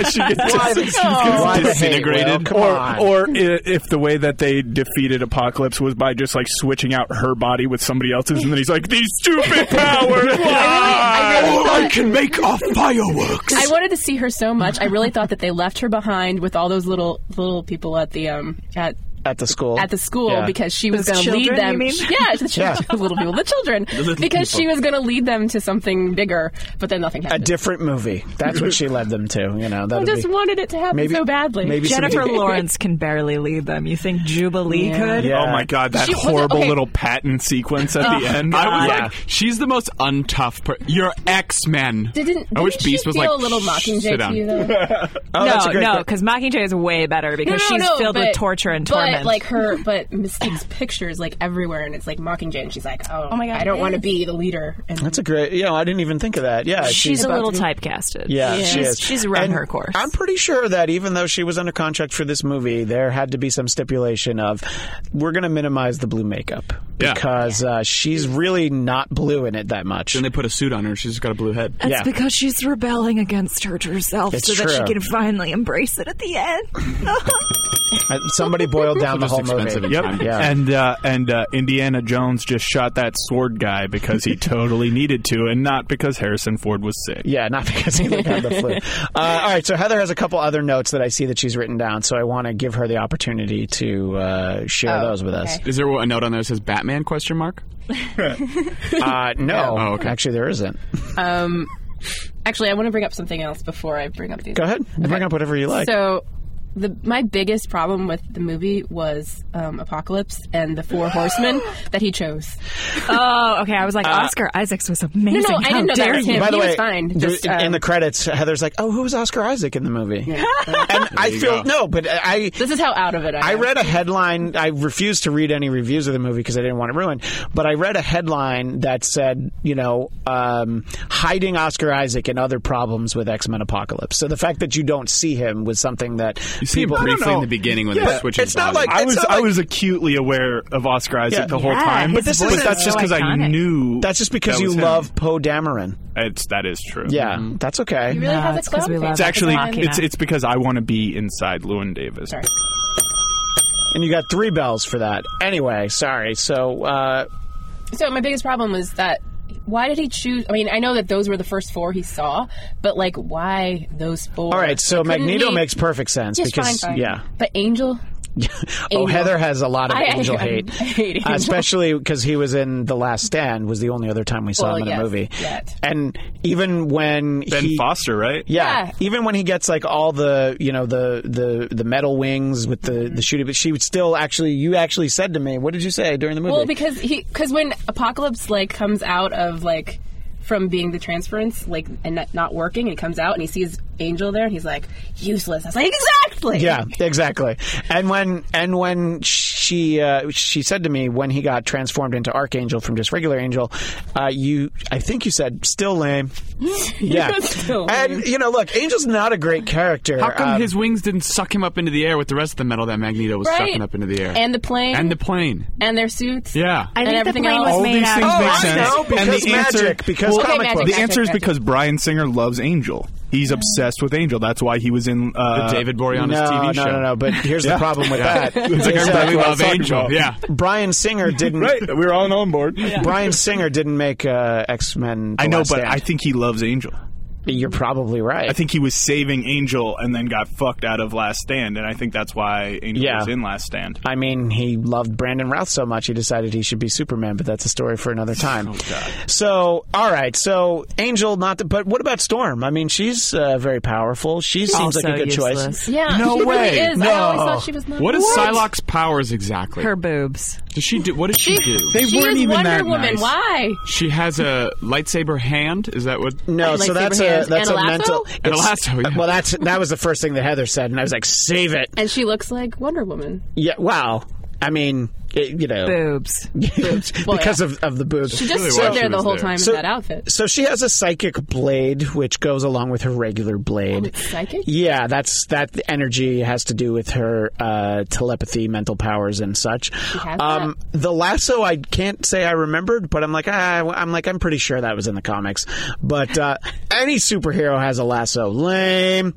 S9: [LAUGHS]
S3: Will.
S8: she
S3: [LAUGHS]
S8: gets
S3: Why the- why the
S8: to
S3: hate, Will?
S5: disintegrated.
S3: Come
S8: or,
S3: on.
S8: or i- if the way that they defeated Apocalypse was by just like switching out her body with somebody else's, and then he's like, "These
S9: [LAUGHS]
S8: stupid powers!" Ah!
S5: All I can make are fireworks.
S9: I wanted to see her so much. I really thought that they left her behind with all those little little people at the um at
S3: at the school.
S9: at the school
S3: Yeah.
S9: because she was
S7: Those
S9: going to lead
S7: children,
S9: them.
S7: you mean?
S9: [LAUGHS] Yeah, the, children, the [LAUGHS] little people, the children,
S5: little
S9: because
S5: people.
S9: she was going to lead them to something bigger. But then nothing
S3: a
S9: happened.
S3: different movie. That's what
S5: [LAUGHS]
S3: she led them to. You know.
S9: I
S3: that'd
S9: just
S3: be-
S9: wanted it to happen
S3: maybe-
S9: so badly.
S3: maybe some-
S7: Jennifer Lawrence can barely lead them. You think Jubilee could?
S3: Yeah.
S8: Oh my god, that
S9: She wasn't-
S8: horrible
S9: okay.
S8: little patent sequence at the end.
S5: I was
S8: Yeah.
S5: like, she's the most untough person. You're X Men.
S9: Didn't,
S5: I wish
S9: didn't she
S5: Beast was
S9: feel
S5: like,
S9: a little
S5: "Shh,
S9: mockingjay
S5: sit
S9: to
S5: down."
S9: you
S5: [LAUGHS]
S9: though?
S3: Oh, that's a
S7: no,
S3: great
S7: no,
S3: que-
S7: because Mockingjay is way better because she's filled with torture and
S9: but,
S7: torment.
S5: [LAUGHS]
S9: like her, but Mystique's pictures like everywhere, and it's like Mockingjay, and she's like, "Oh,
S1: my God,
S9: I don't
S1: it
S9: want to
S1: is.
S9: be the leader." And
S3: That's a great. You know, I didn't even think of that. Yeah,
S7: she's a
S9: about
S7: little
S9: to be-
S7: typecasted.
S3: Yeah, she
S7: she's
S3: is.
S7: she's run
S3: And
S7: her course.
S3: I'm pretty sure that even though she was under contract for this movie, there had to be some stipulation of we're going to minimize the blue makeup
S5: Yeah.
S3: because uh, she's really not blue in it that much.
S5: Then they put a suit on her. She's just got a blue head.
S7: That's
S3: yeah.
S7: because she's rebelling against her herself
S3: It's
S7: so that
S3: true.
S7: she can finally embrace it at the end.
S3: Uh, Somebody
S5: [LAUGHS]
S3: boiled down the
S5: Just
S3: whole
S5: expensive
S3: movie.
S5: and time.
S8: Yep.
S3: Yeah.
S8: And uh, and uh, Indiana Jones just shot that sword guy
S3: [LAUGHS]
S8: because he totally needed to, and not because Harrison Ford was sick.
S3: Yeah, not because he like, had the flu. Uh, all right, so Heather has a couple other notes that I see that she's written down, so I want to give her the opportunity to uh, share those with us.
S5: Is there a note on there that says Batman question mark?
S3: Uh, [LAUGHS] no,
S5: Oh, okay.
S3: actually, there isn't.
S9: actually, I want to bring up something else before I bring up these.
S3: Go ahead, bring up whatever you like.
S9: So, the my biggest problem with the movie was um, Apocalypse and the Four Horsemen that he chose.
S7: Oh, okay. I was
S3: Uh,
S7: like, Oscar Isaacs was amazing.
S9: No, no, I
S7: How
S9: didn't know that
S7: dare
S9: was
S7: you.
S9: him.
S3: By the
S9: he
S3: way,
S9: was fine.
S3: th-
S9: Just,
S3: in,
S9: uh,
S3: in the credits, Heather's like, "Oh, who was Oscar Isaac in the movie?" [LAUGHS] and I
S5: you
S3: feel
S5: go.
S3: no, but I
S9: this is how out of it I,
S3: I
S9: am.
S3: read a headline. I refused to read any reviews of the movie because I didn't want it ruined. But I read a headline that said, you know, um, hiding Oscar Isaac and other problems with X Men Apocalypse. So the fact that you don't see him was something that
S5: You see him
S3: people.
S5: briefly
S8: know.
S5: in the beginning when
S3: Yeah,
S5: they switch. his
S3: it's not
S5: body.
S3: like-
S8: I was
S3: It's, uh,
S8: I was acutely aware of Oscar Isaac
S3: Yeah.
S8: the whole
S7: Yeah,
S8: time,
S7: his
S8: but,
S3: voice
S8: but
S3: is
S8: that's
S7: so
S8: just because I
S7: iconic.
S8: knew
S3: That's just because
S8: that
S3: you
S8: was him.
S3: love Poe Dameron.
S8: It's that is true.
S3: Yeah, that's okay.
S9: He really
S7: No,
S9: has a
S7: it's 'cause
S9: clown
S7: we
S9: face.
S7: love
S8: it's actually
S7: Machina.
S8: it's it's because I want to be inside Lewin Davis.
S9: Sorry.
S3: And you got three bells for that. Anyway, sorry. So uh,
S9: So my biggest problem was that why did he choose? I mean, I know that those were the first four he saw, but like, why those four?
S3: all right. So
S9: Couldn't
S3: Magneto
S9: he-
S3: makes perfect sense
S9: Yes,
S3: because
S9: fine, fine.
S3: yeah.
S9: but Angel.
S3: Oh,
S9: Angel.
S3: Heather has a lot of
S9: I- I-
S3: angel
S9: [LAUGHS] I
S3: hate, Uh,
S9: hate Angel.
S3: especially because he was in The Last Stand. Was the only other time we saw
S9: Well,
S3: him in
S9: yes,
S3: a movie.
S9: that.
S3: And even when
S8: Ben
S3: he,
S8: Foster, right?
S3: yeah,
S9: Yeah.
S3: even when he gets like all the you know the the the metal wings with the
S9: Mm-hmm.
S3: the shooting, but she would still actually. You actually said to me, "What did you say during the movie?"
S9: Well, because he because when Apocalypse like comes out of like from being the transference like and not, not working, and comes out and he sees Angel there, and he's like useless. I was like, exactly.
S3: yeah, exactly. And when and when she uh, she said to me when he got transformed into archangel from just regular angel, uh, you I think you said still
S9: [LAUGHS]
S3: lame. Yeah,
S9: Still lame.
S3: and you know, look, Angel's not a great character.
S5: How come
S3: Um,
S5: his wings didn't suck him up into the air with the rest of the metal that Magneto was
S9: Right.
S5: sucking up into the air?
S9: And the plane
S5: And the plane.
S9: and their suits.
S5: Yeah.
S7: I think
S9: and
S7: the
S9: everything
S7: plane
S9: else.
S7: was
S8: All
S7: made
S8: these
S7: out
S8: things
S7: of.
S8: make
S3: I
S8: sense.
S3: know, because
S8: and the answer,
S3: magic, because
S9: Okay,
S3: comic
S9: magic,
S3: books.
S8: the answer is
S9: magic.
S8: because Brian Singer loves Angel. He's obsessed with Angel. That's why he was in uh,
S5: The David Boreanaz
S3: no,
S5: TV
S3: no,
S5: show.
S3: no, no. But here's the problem with
S5: Yeah.
S3: that.
S5: [LAUGHS] It's like
S3: is
S5: everybody
S3: that
S5: loves Angel. Yeah.
S3: Brian Singer
S5: [LAUGHS]
S3: didn't.
S8: Right, we were all on board.
S3: Brian Singer didn't make uh, X Men.
S8: I know, but I think he loves Angel.
S3: you're probably right.
S8: I think he was saving Angel and then got fucked out of Last Stand, and I think that's why Angel
S3: Yeah.
S8: was in Last Stand.
S3: I mean, he loved Brandon Routh so much he decided he should be Superman, but that's a story for another time. So, all right. So, Angel, not. To, but what about Storm? I mean, she's uh, very powerful. She seems like a
S7: Also
S3: good
S7: useless.
S3: choice.
S9: Yeah.
S5: No
S9: she really
S5: way.
S9: is. I always thought she was not.
S5: What is
S9: What?
S5: Psylocke's powers exactly?
S7: Her boobs.
S5: does she do? What does she, do?
S8: They
S9: She
S8: weren't
S9: is
S8: even
S9: Wonder
S8: that
S9: Woman.
S8: nice.
S9: Why?
S5: she has a lightsaber hand. Is that what?
S3: No,
S9: Like
S3: so that's
S9: Saber
S3: a
S9: hands
S3: that's
S9: and
S3: a
S9: a lasso?
S3: mental.
S5: And a
S3: it's-
S5: lasso, yeah.
S3: Well, that's that was the first thing that Heather said, and I was like, "Save it."
S9: And she looks like Wonder Woman.
S3: Yeah. Wow. I mean, it, you know,
S7: Boobs.
S9: Well,
S3: because of of the boobs.
S9: She just
S5: really why
S9: stood
S5: she
S9: there the
S5: was
S9: whole
S5: there.
S9: time
S3: So-
S9: in that outfit.
S3: so she has a psychic blade, which goes along with her regular blade.
S9: Oh, It's psychic.
S3: Yeah, that's that energy has to do with her uh, telepathy, mental powers, and such.
S9: has
S3: Um, the lasso, I can't say I remembered, but I'm like, ah, I'm like, I'm pretty sure that was in the comics. But
S9: [LAUGHS]
S3: uh, any superhero has a lasso. Lame.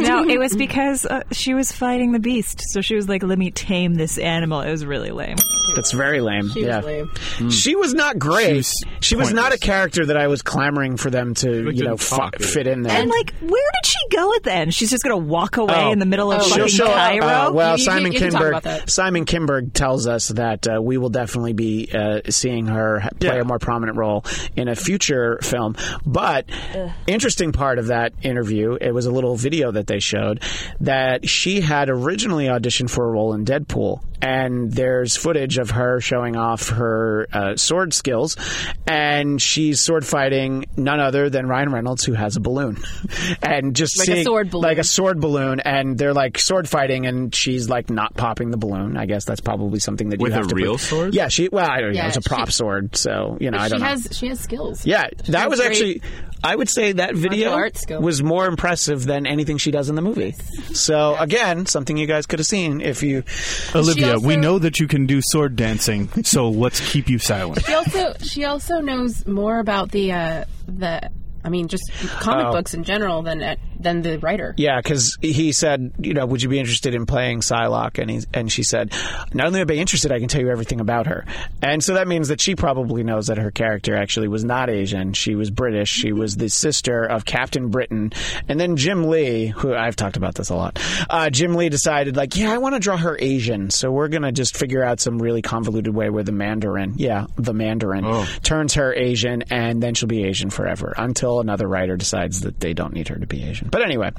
S7: [LAUGHS] No, it was [LAUGHS] because uh, she was fighting the beast, so she was like, "Let me tame this animal." It was really lame.
S3: That's very lame.
S9: She was
S3: yeah.
S9: lame.
S3: She was not great. Hmm. She was,
S8: was
S3: not a
S8: pointless.
S3: character that I was clamoring for them to, you know,
S5: didn't
S3: fu-
S5: talk either.
S3: fit in there.
S7: And like, where did she go at the end? She's just gonna walk away
S3: Oh.
S7: in the middle of
S9: Oh,
S7: fucking
S3: She'll show up.
S7: Cairo.
S3: Uh, well,
S9: You- you-
S3: Simon
S9: you can talk
S3: Kinberg.
S9: about that.
S3: Simon Kinberg tells us that uh, we will definitely be uh, seeing her ha- play
S8: Yeah.
S3: a more prominent role in a future film. But interesting part of that interview, it was a little video that they showed that she had originally auditioned for a role in Deadpool, and there's footage of her showing off her uh, sword skills, and she's sword fighting none other than Ryan Reynolds, who has a balloon, [LAUGHS] and just
S9: Like a
S3: seeing-
S9: sword balloon.
S3: like a sword balloon and they're like sword fighting and she's like not popping the balloon. I guess that's probably something that
S5: With
S3: you have
S5: a
S3: to
S5: real
S3: put-
S5: sword?
S3: Yeah, she well, I don't know,
S9: Yeah,
S3: it's a prop
S9: she-
S3: sword, so you know, I
S9: She
S3: don't know.
S9: has she has skills.
S3: yeah, that
S9: has
S3: was
S9: great
S3: actually I would say that video
S9: arts skill.
S3: was more impressive than anything she does in the movie. So again, something you guys could have seen if you
S8: Olivia,
S9: also-
S8: we know that you can do sword dancing, [LAUGHS] so let's keep you silent.
S9: She also she also knows more about the uh, the I mean just comic books in general than uh, than the writer.
S3: Yeah, because he said, you know, would you be interested in playing Psylocke? And he and she said, not only would I be interested, I can tell you everything about her. And so that means that she probably knows that her character actually was not Asian. She was British. She was the sister of Captain Britain. And then Jim Lee, who I've talked about this a lot, uh, Jim Lee decided, like, yeah, I want to draw her Asian, so we're gonna just figure out some really convoluted way where the Mandarin, yeah, the Mandarin, turns her Asian, and then she'll be Asian forever until until another writer decides that they don't need her to be Asian. But anyway,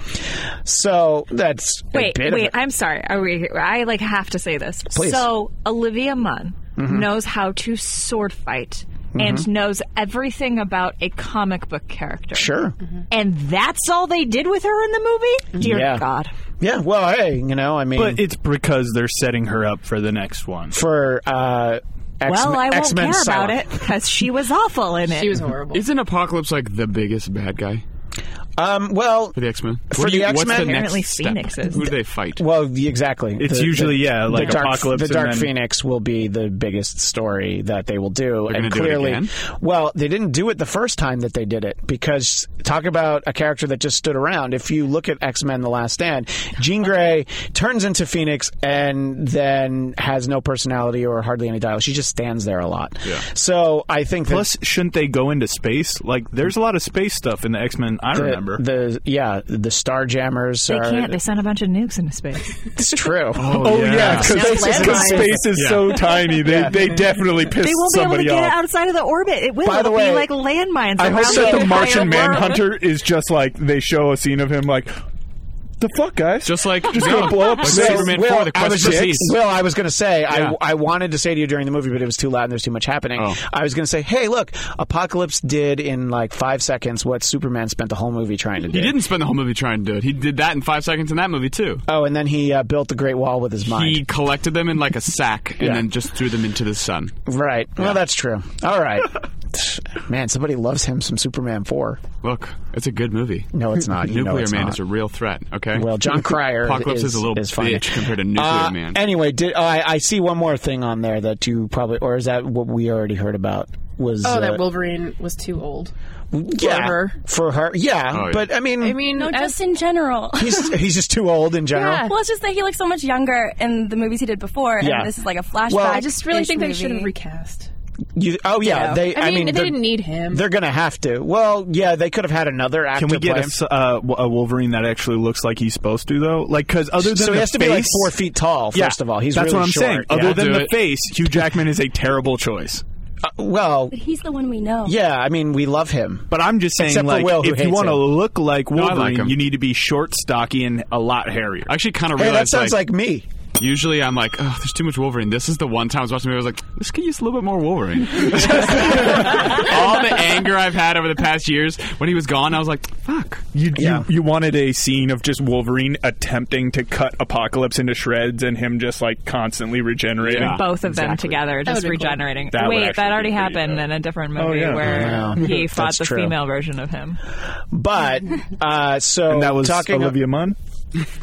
S3: so that's a
S7: Wait,
S3: bit of
S7: wait.
S3: a-
S7: I'm sorry. Are we? I like have to say this.
S3: Please.
S7: So Olivia Munn knows how to sword fight and knows everything about a comic book character.
S3: sure.
S7: And that's all they did with her in the movie. Dear
S3: Yeah.
S7: God.
S3: Yeah. Well, hey, you know, I mean,
S8: But it's because they're setting her up for the next one.
S3: for uh, X-
S7: Well, I won't
S3: X-Men
S7: care about
S3: Silent-
S7: it because she was awful in it.
S9: She was horrible.
S5: Isn't Apocalypse like the biggest bad guy
S3: Um, well,
S5: for the X Men?
S3: For the X-Men?
S5: what's the
S7: Apparently
S5: next step?
S7: Phoenix is.
S5: Who do they fight?
S3: well, the- exactly.
S8: It's usually, yeah, like
S3: the Dark,
S8: Apocalypse
S3: The
S8: and
S3: Dark
S8: then-
S3: Phoenix will be the biggest story that they will do, and
S5: They're gonna do it
S3: clearly,
S5: again?
S3: well, they didn't do it the first time that they did it because talk about a character that just stood around. If you look at X Men: The Last Stand, Jean Grey turns into Phoenix and then has no personality or hardly any dialogue. She just stands there a lot.
S5: Yeah.
S3: So I think that
S8: Plus, shouldn't they go into space? Like, there's a lot of space stuff in the X Men. I
S3: the,
S8: remember.
S3: the yeah the Starjammers
S7: They
S3: are
S7: can't. They sent a bunch of nukes into space.
S3: it's
S8: [LAUGHS]
S3: true.
S8: Oh yeah,
S9: Yeah, landmines.
S8: is so tiny. They they definitely piss
S7: They won't be able to get it outside of the orbit. It will.
S3: By the
S7: It'll
S3: way,
S7: be like landmines.
S8: I hope
S7: around
S8: that the
S7: entire
S8: Martian
S7: world.
S8: Manhunter is just like they show a scene of him like the fuck guys.
S5: Just like
S8: Just
S5: no,
S8: gonna blow up
S5: like
S8: space.
S5: Superman
S3: Will,
S5: Four, the
S3: I
S5: quest
S3: was
S5: for
S3: just-
S5: peace.
S3: Will, I was going to say,
S5: Yeah.
S3: I, I wanted to say to you during the movie, but it was too loud and there's too much happening.
S5: Oh.
S3: I was going to say, hey, look, Apocalypse did in like five seconds what Superman spent the whole movie trying to do.
S5: He didn't spend the whole movie trying to do it. He did that in five seconds in that movie too.
S3: Oh, and then he uh, built the Great Wall with his mind.
S5: He collected them in like a sack and
S3: Yeah.
S5: then just threw them into the sun.
S3: Right. Well, that's true. All
S5: [LAUGHS]
S3: right. Man, somebody loves him some Superman 4.
S5: Look, it's a good movie.
S3: No,
S5: [LAUGHS]
S3: it's not. You know
S5: Nuclear
S3: it's
S5: Man
S3: not.
S5: is a real threat. Okay.
S3: Well,
S5: [LAUGHS]
S3: John Cryer
S5: Apocalypse is, a little
S3: funny.
S5: bitch compared to Nuclear
S3: Uh,
S5: Man.
S3: Anyway, did, oh, I, I see one more thing on there that you probably, or is that what we already heard about? Was
S9: oh,
S3: uh,
S9: that Wolverine was too old.
S3: yeah,
S9: her.
S3: for her, yeah.
S5: Oh, yeah.
S3: But I mean,
S9: I mean,
S1: No,
S9: as-
S1: just in general.
S9: [LAUGHS]
S3: he's he's just too old in general.
S9: Yeah.
S1: [LAUGHS] Well, it's just that he looks so much younger in the movies he did before,
S3: Yeah.
S1: and this is like a flashback.
S3: Well-
S9: I just really think they should have
S1: recast.
S9: recast.
S3: You, oh yeah,
S1: Yeah.
S3: they.
S9: I, mean, they
S3: they're-
S9: didn't need him.
S3: They're gonna have to. Well, yeah, they could have had another actor.
S8: Can we get
S3: play
S8: a,
S3: him.
S8: s- uh, w- a Wolverine that actually looks like he's supposed to though? Like, because other than
S3: So he
S8: the
S3: has to
S8: face,
S3: be like four feet tall. First
S8: Yeah,
S3: of all, he's
S8: that's
S3: really
S8: what I'm
S3: short.
S8: saying.
S3: Yeah.
S8: Other than
S5: Do
S8: the
S5: it.
S8: face, Hugh Jackman is a terrible choice.
S3: Uh, well,
S1: But he's the one we know.
S3: yeah. I mean, we love him.
S8: But I'm just saying,
S3: Except for
S8: like,
S3: Will, who
S8: if you
S3: hates
S8: want to
S3: him.
S8: look like
S5: I like
S8: Wolverine,
S5: him.
S8: you need to be short, stocky, and a lot hairier.
S5: I actually kind of
S3: Hey, that
S5: realized
S3: sounds like, me.
S5: usually I'm like, oh, there's too much Wolverine. This is the one time I was watching the movie. I was like, this could use a little bit
S3: [LAUGHS]
S5: more Wolverine. All the anger I've had over the past years when he was gone, I was like, fuck.
S8: You,
S3: Yeah.
S8: you you wanted a scene of just Wolverine attempting to cut Apocalypse into shreds and him just like constantly regenerating.
S5: Yeah.
S7: both of them
S5: Exactly.
S7: together just
S9: would be cool.
S7: regenerating.
S8: Ah, That would
S7: Wait,
S8: actually
S7: that
S8: be
S7: already
S8: pretty
S7: happened
S8: dope.
S7: in a different movie
S8: yeah.
S7: where he fought
S3: That's
S7: the
S3: true.
S7: female version of him.
S9: [LAUGHS]
S3: But uh, so
S8: And that was
S3: talking
S8: Olivia Munn.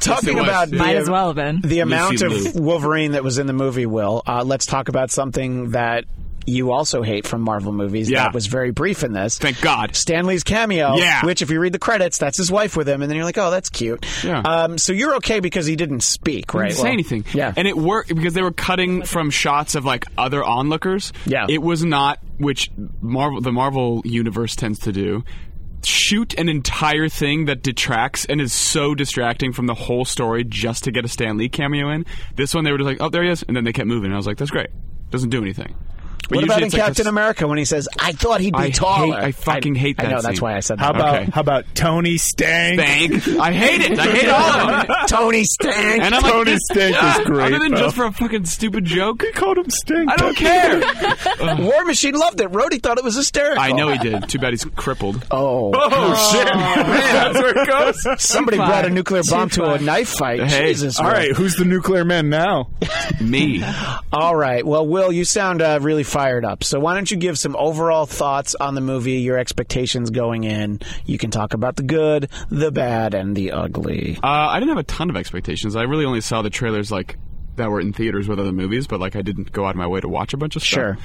S3: talking
S5: Yes, it was.
S3: about
S7: Might
S3: the,
S7: as well have been.
S3: the amount of
S5: Lucy Liu.
S3: Wolverine that was in the movie. Will uh, let's talk about something that you also hate from Marvel movies.
S5: Yeah.
S3: that was very brief in this.
S5: Thank God.
S3: Stanley's cameo,
S5: Yeah.
S3: which if you read the credits, that's his wife with him, and then you're like, oh, that's cute.
S5: Yeah.
S3: Um, so you're okay because he didn't speak, right?
S5: didn't say
S3: Well,
S5: anything.
S3: Yeah.
S5: And it worked because they were cutting from shots of like other onlookers.
S3: Yeah.
S5: It was not which Marvel the Marvel universe tends to do. Shoot an entire thing that detracts and is so distracting from the whole story just to get a Stan Lee cameo in. This one they were just like, Oh, there he is and then they kept moving. I was like, That's great. Doesn't do anything. But
S3: what about
S5: usually
S3: in
S5: it's like
S3: Captain
S5: this-
S3: America when he says, "I thought he'd be
S5: I
S3: taller"?
S5: hate- I fucking hate
S3: I
S5: that
S3: know that's
S5: scene.
S3: why I said
S8: How
S3: that.
S8: about
S5: Okay.
S8: how about Tony
S3: [LAUGHS]
S8: Stank?
S5: Stank. I hate it. I [LAUGHS] hate all of them.
S3: Tony Stank?
S5: And I'm like,
S8: Tony
S5: this-
S8: Stank is
S5: [LAUGHS]
S8: great,
S5: Other than
S8: though.
S5: just for a fucking stupid joke,
S8: They called him Stink.
S5: I don't care.
S3: War Machine loved it. Rhodey thought it was hysterical.
S5: um, I know he did. Too bad he's crippled.
S3: Oh,
S8: Oh
S3: [LAUGHS]
S8: shit! That's
S5: [LAUGHS]
S8: where it goes.
S3: somebody
S7: far.
S3: brought a nuclear
S7: Too
S3: bomb to
S7: far.
S3: a knife fight.
S5: Hey,
S3: Jesus.
S8: [LAUGHS] All
S3: Will.
S8: right, who's the nuclear man now?
S5: Me. [LAUGHS] Uh,
S3: All right. Well, Will, you sound uh, really fired up. So why don't you give some overall thoughts on the movie, your expectations going in? You can talk about the good, the bad, and the ugly.
S5: Uh, I didn't have a ton of expectations. I really only saw the trailers like that were in theaters with other movies, but like I didn't go out of my way to watch a bunch of stuff.
S3: Sure.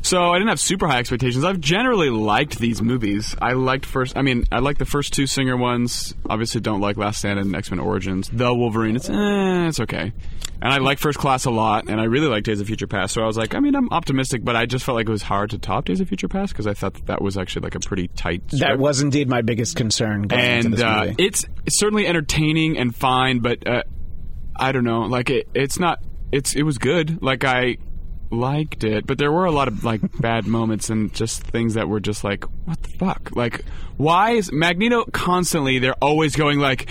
S5: So I didn't have super high expectations. I've generally liked these movies. I liked first. I mean, I liked the first two Singer ones. Obviously, don't like Last Stand and X Men Origins. The Wolverine. It's eh, it's okay. And I like First Class a lot, and I really like Days of Future Past. So I was like, I mean, I'm optimistic, but I just felt like it was hard to top Days of Future Past because I thought that, that was actually like a pretty tight. script
S3: That was indeed my biggest concern going into
S5: and
S3: this
S5: uh,
S3: movie.
S5: it's it's certainly entertaining and fine, but uh, I don't know. Like it, it's not. It's it was good. Like I, liked it, but there were a lot of like [LAUGHS] bad moments and just things that were just like, what the fuck? Like, why is Magneto constantly? They're always going like.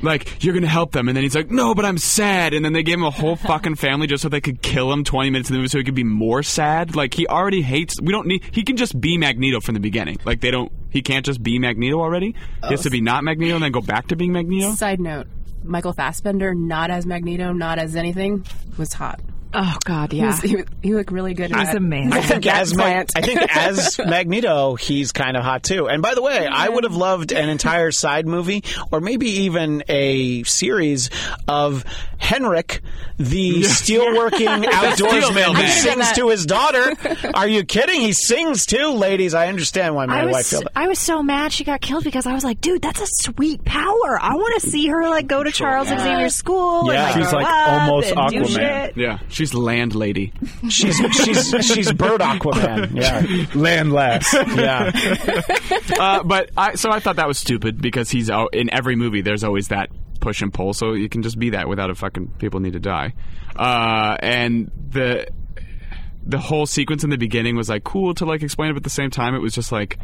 S5: Like you're gonna help them, and then he's like, "No, but I'm sad." And then they gave him a whole fucking family just so they could kill him 20 minutes in the movie, so he could be more sad. Like he already hates. We don't need. He can just be Magneto from the beginning. Like they don't. He can't just be Magneto already. He has to be not Magneto and then go back to being Magneto.
S9: Side note: Michael Fassbender, not as Magneto, not as anything, was hot.
S7: Oh God,
S9: He,
S7: yeah.
S9: was, he, was- he looked really good.
S7: He's amazing.
S3: I
S5: [LAUGHS]
S3: think as Ma-
S9: plant.
S3: I think as Magneto, he's kind of hot too. And by the way,
S5: Mm-hmm.
S3: I would have loved an entire side movie or maybe even a series of Henrik,
S5: [LAUGHS]
S3: the steelworking outdoorsman who
S5: steelman.
S3: sings to his daughter. Are you kidding? He sings too, ladies. I understand why my
S2: I
S3: wife
S2: was
S3: feels. that.
S2: I was so mad she got killed because I was like, dude, that's a sweet power. I want to see her like go to Charles Xavier's school.
S3: Yeah.
S2: and, like,
S8: She's
S2: grow
S8: like
S2: up
S8: almost
S2: and do
S8: Aquaman.
S2: shit.
S5: Yeah, she's landlady.
S3: She's
S5: [LAUGHS]
S3: she's she's Bird Aquaman. Yeah,
S8: Land last.
S3: yeah.
S5: [LAUGHS] uh, but I, so I thought that was stupid because he's al- in every movie. There's always that push and pull, so you can just be that without a fucking people need to die. Uh, and the the whole sequence in the beginning was like cool to like explain, but at the same time, it was just like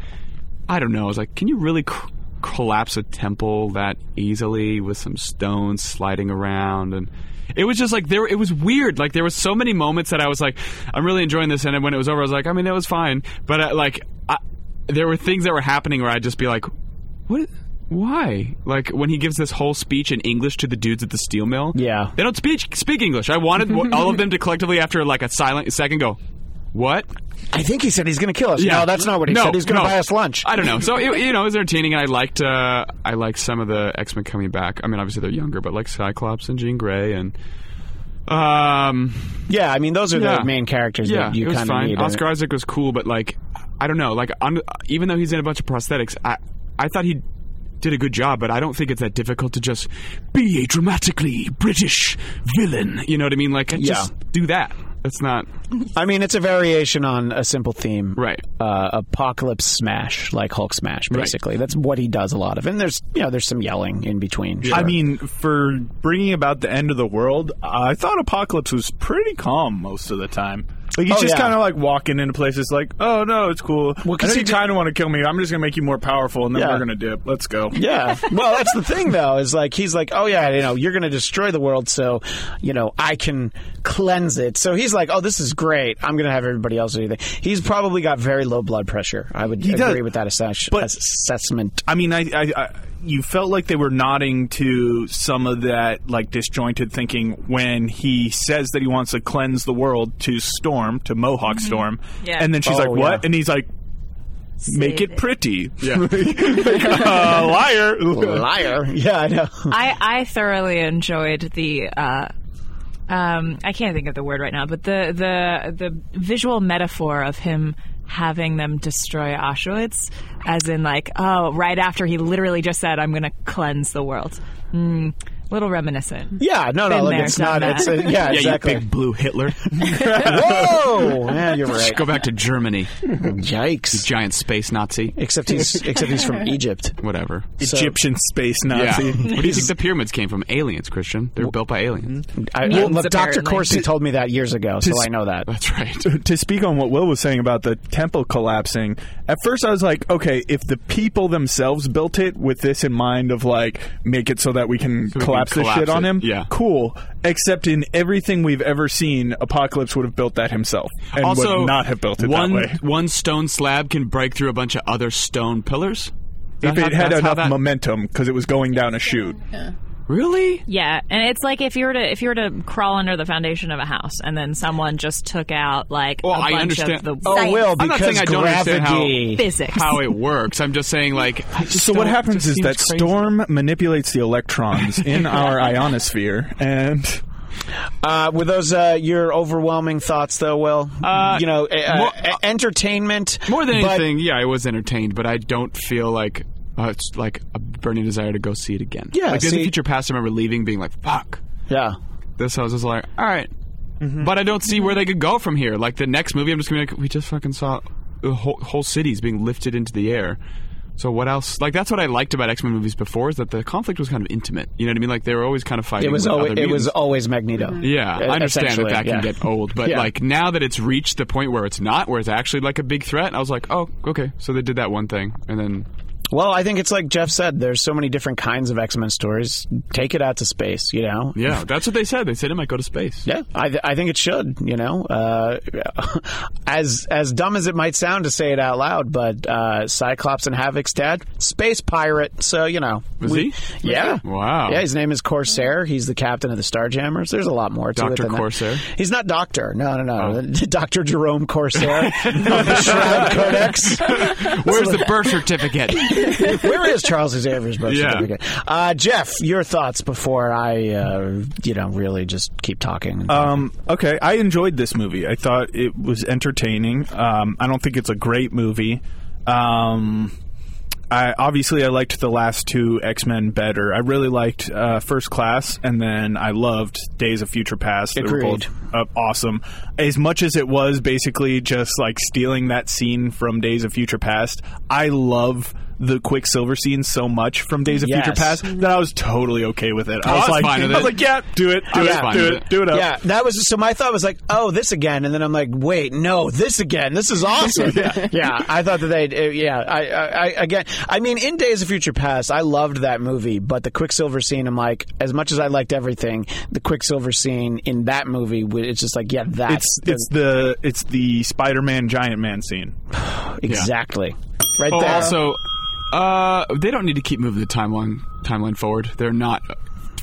S5: I don't know. I was like, can you really c- collapse a temple that easily with some stones sliding around? And it was just like there. It was weird. Like there was so many moments that I was like, I'm really enjoying this. And then when it was over, I was like, I mean, that was fine. But uh, like, I, there were things that were happening where I'd just be like, what? Why? Like when he gives this whole speech in English to the dudes at the steel mill?
S3: Yeah.
S5: they don't speak speak English. I wanted w- all of them to collectively, after like a silent second, go, "What?
S3: I think he said he's going to kill us.
S5: Yeah.
S3: No, that's not what he
S5: No,
S3: said. He's going to
S5: no.
S3: buy us lunch.
S5: I don't know. So it, you know, it was entertaining, and I liked uh, I liked some of the X Men coming back. I mean, obviously they're younger, but like Cyclops and Jean Grey and um,
S3: yeah, I mean those are
S5: Yeah.
S3: the main characters
S5: yeah,
S3: that
S5: it
S3: you
S5: was
S3: kind of
S5: fine.
S3: need.
S5: Oscar Isaac was cool, but like I don't know, like I'm, even though he's in a bunch of prosthetics, I I thought he did a good job, but I don't think it's that difficult to just be a dramatically British villain. You know what I mean? Like I just
S3: Yeah.
S5: do that. That's not
S3: I mean, it's a variation on a simple theme,
S5: Right.
S3: Uh, apocalypse smash, like Hulk smash,
S5: Right.
S3: basically. That's what he does a lot of, and there's you know there's some yelling in between.
S8: I
S3: sure.
S8: mean, for bringing about the end of the world, I thought Apocalypse was pretty calm most of the time. Like he's
S3: Oh,
S8: just
S3: yeah.
S8: kind of like walking into places like, oh no, it's
S3: Well,
S8: cool. Well,
S3: 'cause
S8: because
S3: he
S8: you
S3: did-
S8: kind of want to kill me. I'm just gonna make you more powerful, and then
S3: Yeah.
S8: we're gonna dip. Let's go.
S3: yeah. Well, that's the thing though is like he's like, oh yeah, you know, you're going to destroy the world, so you know I can cleanse it. So he's like, oh, this is great. I'm going to have everybody else do that. He's probably got very low blood pressure. I would agree
S8: does.
S3: with that assess-
S8: But-
S3: assessment.
S8: I mean, I, I, I you felt like they were nodding to some of that like disjointed thinking when he says that he wants to cleanse the world to Storm to Mohawk Storm,
S7: Mm-hmm. Yeah.
S8: and then she's
S3: Oh,
S8: like, "What?"
S3: yeah.
S8: and he's like. Make
S7: Save
S8: it
S7: it."
S8: pretty. Yeah. [LAUGHS] uh,
S3: [LAUGHS]
S8: liar.
S3: Liar. Yeah, I know.
S7: I, I thoroughly enjoyed the. Uh, um, I can't think of the word right now, but the the the visual metaphor of him having them destroy Auschwitz, as in like, oh, right after he literally just said, "I'm going to cleanse the world." Mm, little reminiscent.
S3: Yeah, no, no,
S7: Been
S3: look,
S7: there,
S3: it's
S7: done
S3: not.
S7: that.
S3: It's a, yeah, exactly.
S5: Yeah, you big blue
S8: [LAUGHS]
S5: Hitler.
S3: Whoa! Yeah, you're right.
S5: Go back to Germany,
S3: Yikes.
S5: giant space Nazi.
S3: Except he's except he's from Egypt.
S5: Whatever.
S8: Egyptian space
S5: Yeah. [LAUGHS]
S8: Nazi.
S5: Where do you think the pyramids came from? Aliens, Christian. They were built by aliens.
S3: I, well,
S7: Mutants,
S3: look, Dr.
S7: apparently.
S3: Corsi told me that years ago, so I know that.
S5: That's
S8: [LAUGHS]
S5: right.
S8: [LAUGHS] to speak on what Will was saying about the temple collapsing, at first I was like, okay, if the people themselves built it with this in mind of like make it so that we can
S5: we can
S8: collapse the
S5: collapse
S8: shit on
S5: it,
S8: him,
S5: yeah.
S8: cool. Except in everything we've ever seen, Apocalypse would have built that himself and
S5: also,
S8: would not have built it
S5: one,
S8: that way.
S5: One stone slab can break through a bunch of other stone pillars.
S8: If
S5: That-
S8: it had
S5: that's how
S8: enough
S5: that-
S8: momentum because it was going down a chute.
S5: really?
S7: Yeah, and it's like if you were to if you were to crawl under the foundation of a house, and then someone just took out like
S5: Well,
S7: a
S5: I
S7: bunch
S5: understand.
S7: of the
S3: Oh,
S1: Science.
S3: Will,
S5: I'm not saying
S3: because
S5: I don't understand how-
S3: gravity.
S7: physics.
S5: How it works. I'm just saying, like. I just
S8: So what
S5: don't- it
S8: happens
S5: just
S8: is
S5: seems
S8: that
S5: crazy.
S8: storm manipulates the
S5: [LAUGHS]
S8: electrons in our ionosphere, and
S3: Uh, were those uh, your overwhelming thoughts, though, Will?
S5: Uh,
S3: you know, uh,
S5: more- uh,
S3: uh, entertainment.
S5: More than
S3: but-
S5: anything, yeah, I was entertained, but I don't feel like. Uh, it's like a burning desire to go see it again.
S3: Yeah,
S5: like there's
S3: see-
S5: a future past. I remember leaving, being like, "Fuck,
S3: Yeah.
S5: this house is like, all right. But I don't see where they could go from here. Like the next movie, I'm just gonna be like, we just fucking saw the whole, whole cities being lifted into the air. So what else? Like that's what I liked about X Men movies before is that the conflict was kind of intimate. You know what I mean? Like they were always kind of fighting.
S3: It was
S5: with
S3: always,
S5: other
S3: it was
S5: mutants.
S3: always Magneto.
S5: Yeah,
S3: E-
S5: I understand that
S3: essentially,
S5: that can
S3: yeah.
S5: get old, but
S3: Yeah.
S5: like now that it's reached the point where it's not, where it's actually like a big threat, I was like, oh, okay, so they did that one thing, and then
S3: Well, I think it's like Jeff said. There's so many different kinds of X Men stories. Take it out to space, you know.
S5: yeah, that's what they said. They said it might go to space.
S3: Yeah, I, th- I think it should. You know, uh, as as dumb as it might sound to say it out loud, but uh, Cyclops and Havoc's dad, space pirate. So you know,
S5: Was
S3: we-
S5: he?
S3: Yeah.
S5: Wow.
S3: Yeah, his name is Corsair. He's the captain of the Starjammers. There's a lot more to it
S5: Dr.
S3: than that.
S5: Corsair? Oh.
S3: He's not Doctor. No, no, no. [LAUGHS] Doctor Jerome Corsair of
S5: [LAUGHS]
S3: the Shroud Codex.
S5: Where's the
S3: [LAUGHS]
S5: birth certificate?
S3: Where is Charles Xavier's birth
S5: Yeah.
S3: certificate? Uh, Jeff, your thoughts before I, uh, you know, really just keep talking.
S8: Um, okay, I enjoyed this movie. I thought it was entertaining. Um, I don't think it's a great movie. Um, I obviously I liked the last two X Men better. I really liked uh, First Class, and then I loved Days of Future Past. They were both
S3: Agreed.
S8: uh, awesome. As much as it was basically just like stealing that scene from Days of Future Past, I love the Quicksilver scene so much from Days of Future
S3: Yes.
S8: Past that I was totally okay with it. I,
S5: I
S8: was,
S5: was
S8: like,
S5: fine with
S8: I was
S5: it.
S8: like, yeah, do it, do
S5: was
S8: it,
S5: fine
S8: do
S5: with
S8: it,
S5: it.
S8: do it up.
S3: yeah, that was so. My thought was like, "Oh, this again," and then I'm like, "Wait, no, this again. This is awesome." yeah. I thought that they, uh, yeah, I, I, I, again, I mean, in Days of Future Past, I loved that movie, but the Quicksilver scene, I'm like, as much as I liked everything, the Quicksilver scene in that movie, w- it's just like, yeah, that's
S8: It's it's the it's the Spider-Man Giant Man scene.
S3: exactly right
S5: Oh,
S3: there.
S5: also, uh, they don't need to keep moving the timeline timeline forward. They're not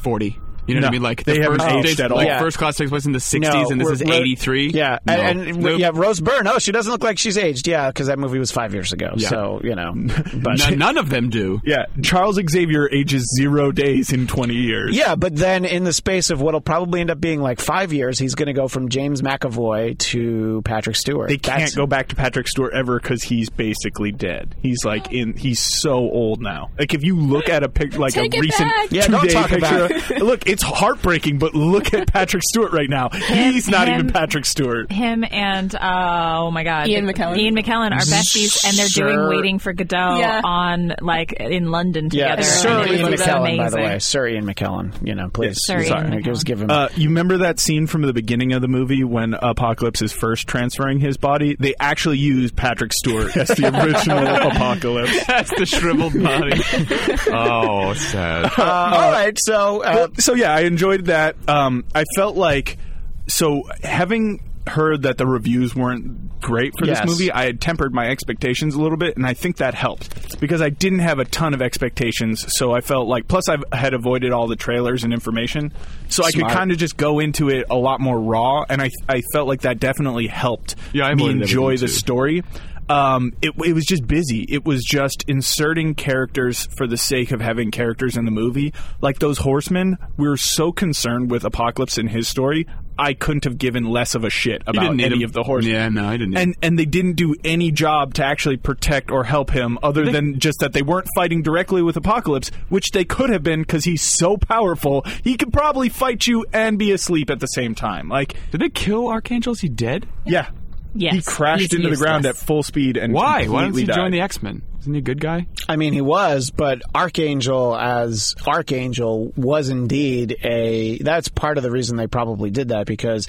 S5: forty. You know
S8: No,
S5: what I mean? Like
S8: they
S5: the
S8: haven't
S5: first
S8: aged
S5: dates-
S8: at all.
S5: Like
S3: Yeah.
S5: first class takes place in the sixties,
S3: No,
S5: and this
S3: we're-
S5: is
S3: we're-
S5: eighty three.
S3: Yeah, and, and yeah, Rose Byrne. Oh, she doesn't look like she's aged. Yeah, because that movie was five years ago.
S5: Yeah.
S3: So you know, but
S5: none of them do.
S8: Yeah, Charles Xavier ages zero days in twenty years.
S3: yeah, but then in the space of what'll probably end up being like five years, he's going to go from James McAvoy to Patrick Stewart.
S8: They can't go back to Patrick Stewart ever because he's basically dead. He's like in. He's so old now. Like if you look at a pic, like
S1: Take
S8: a
S1: it
S8: recent
S1: back.
S3: Yeah, don't
S8: two-day
S3: talk about
S8: picture. [LAUGHS] look, it's heartbreaking. But look at Patrick Stewart right now. He's not
S7: him-
S8: even Patrick Stewart.
S7: Him and uh, oh my god,
S1: Ian McKellen.
S7: Ian McKellen are besties, and they're
S3: Sir-
S7: doing Waiting for Godot
S1: Yeah.
S7: on like in London
S3: Yeah,
S7: together.
S3: Sir
S7: and it
S3: Ian
S7: was
S3: McKellen, by the
S7: amazing.
S3: way. Sir Ian McKellen. You know, please.
S8: Yes, Sir Ian
S3: Sorry,
S7: McKellen.
S3: just give him.
S8: Uh, you remember that scene from the beginning of the movie when Apocalypse is first transferring his body? They actually use Patrick Stewart as the original Apocalypse.
S5: That's the [LAUGHS] shriveled body. oh, sad.
S3: Uh, all right, so uh,
S8: so yeah, I enjoyed that. Um, I felt like so having heard that the reviews weren't great for
S3: Yes.
S8: this movie, I had tempered my expectations a little bit, and I think that helped because I didn't have a ton of expectations. So I felt like plus I had avoided all the trailers and information, so I
S3: Smart.
S8: could kind of just go into it a lot more raw, and I I felt like that definitely helped
S5: Yeah, I
S8: me
S5: avoided
S8: enjoy
S5: everything,
S8: the
S5: too.
S8: story. Um, it, it was just busy. It was just inserting characters for the sake of having characters in the movie. Like those horsemen, we were so concerned with Apocalypse and his story. I couldn't have given less of a shit about
S5: didn't need
S8: any
S5: him.
S8: of the horsemen.
S5: Yeah, no, I didn't need
S8: And and they didn't do any job to actually protect or help him, other than just that they weren't fighting directly with Apocalypse, which they could have been because he's so powerful. He could probably fight you and be asleep at the same time. Like,
S5: Did they kill Archangel? Is he dead?
S8: yeah.
S7: Yes.
S8: He crashed
S7: He's
S8: into the ground at
S7: useless.
S8: full speed and
S5: Why? Why didn't
S8: completely
S5: he
S8: died.
S5: join the X Men? Isn't he a good guy?
S3: I mean, he was, but Archangel as Archangel was indeed a. That's part of the reason they probably did that because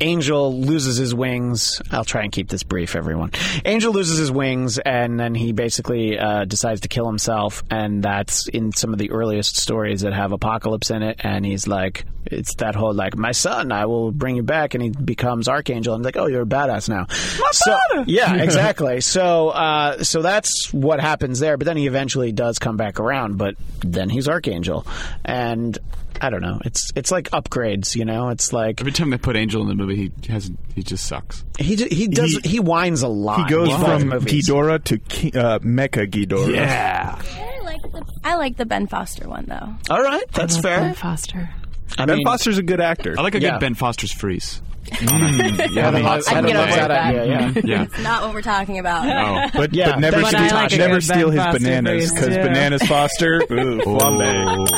S3: Angel loses his wings. I'll try and keep this brief, everyone. Angel loses his wings, and then he basically uh, decides to kill himself, and that's in some of the earliest stories that have Apocalypse in it. And he's like, it's that whole like, my son, I will bring you back, and he becomes Archangel. And like, oh, you're a badass now. My so, [LAUGHS] Yeah, exactly. so, uh, so that's what happens there. But then he eventually does come back around. But then he's Archangel, and I don't know. It's it's like upgrades, you know. It's like
S5: Every time they put Angel in the movie, he has he just sucks.
S3: he d- he does he,
S8: He-
S3: whines a lot.
S8: He goes
S3: in both
S8: from
S3: movies.
S8: Ghidorah to Ki- uh, Mecha Ghidorah.
S5: Yeah,
S1: I like the I like the Ben Foster one though.
S3: All right, that's fair.
S7: Foster.
S3: I
S8: Ben
S3: mean,
S8: Foster's a good actor.
S5: I like a
S3: Yeah.
S5: good Ben Foster's freeze.
S3: I don't know-
S5: hot
S3: I don't
S5: summer
S3: know
S5: day.
S3: that idea, yeah.
S5: Yeah.
S1: Not what we're talking about.
S3: [LAUGHS]
S5: Oh.
S8: but,
S3: Yeah,
S8: but never,
S3: but
S8: steal,
S3: I like a
S8: never
S7: good Ben
S8: steal his
S7: Foster
S8: bananas
S7: freeze,
S5: [LAUGHS]
S8: because
S7: yeah.
S8: bananas Foster. ooh, flambe.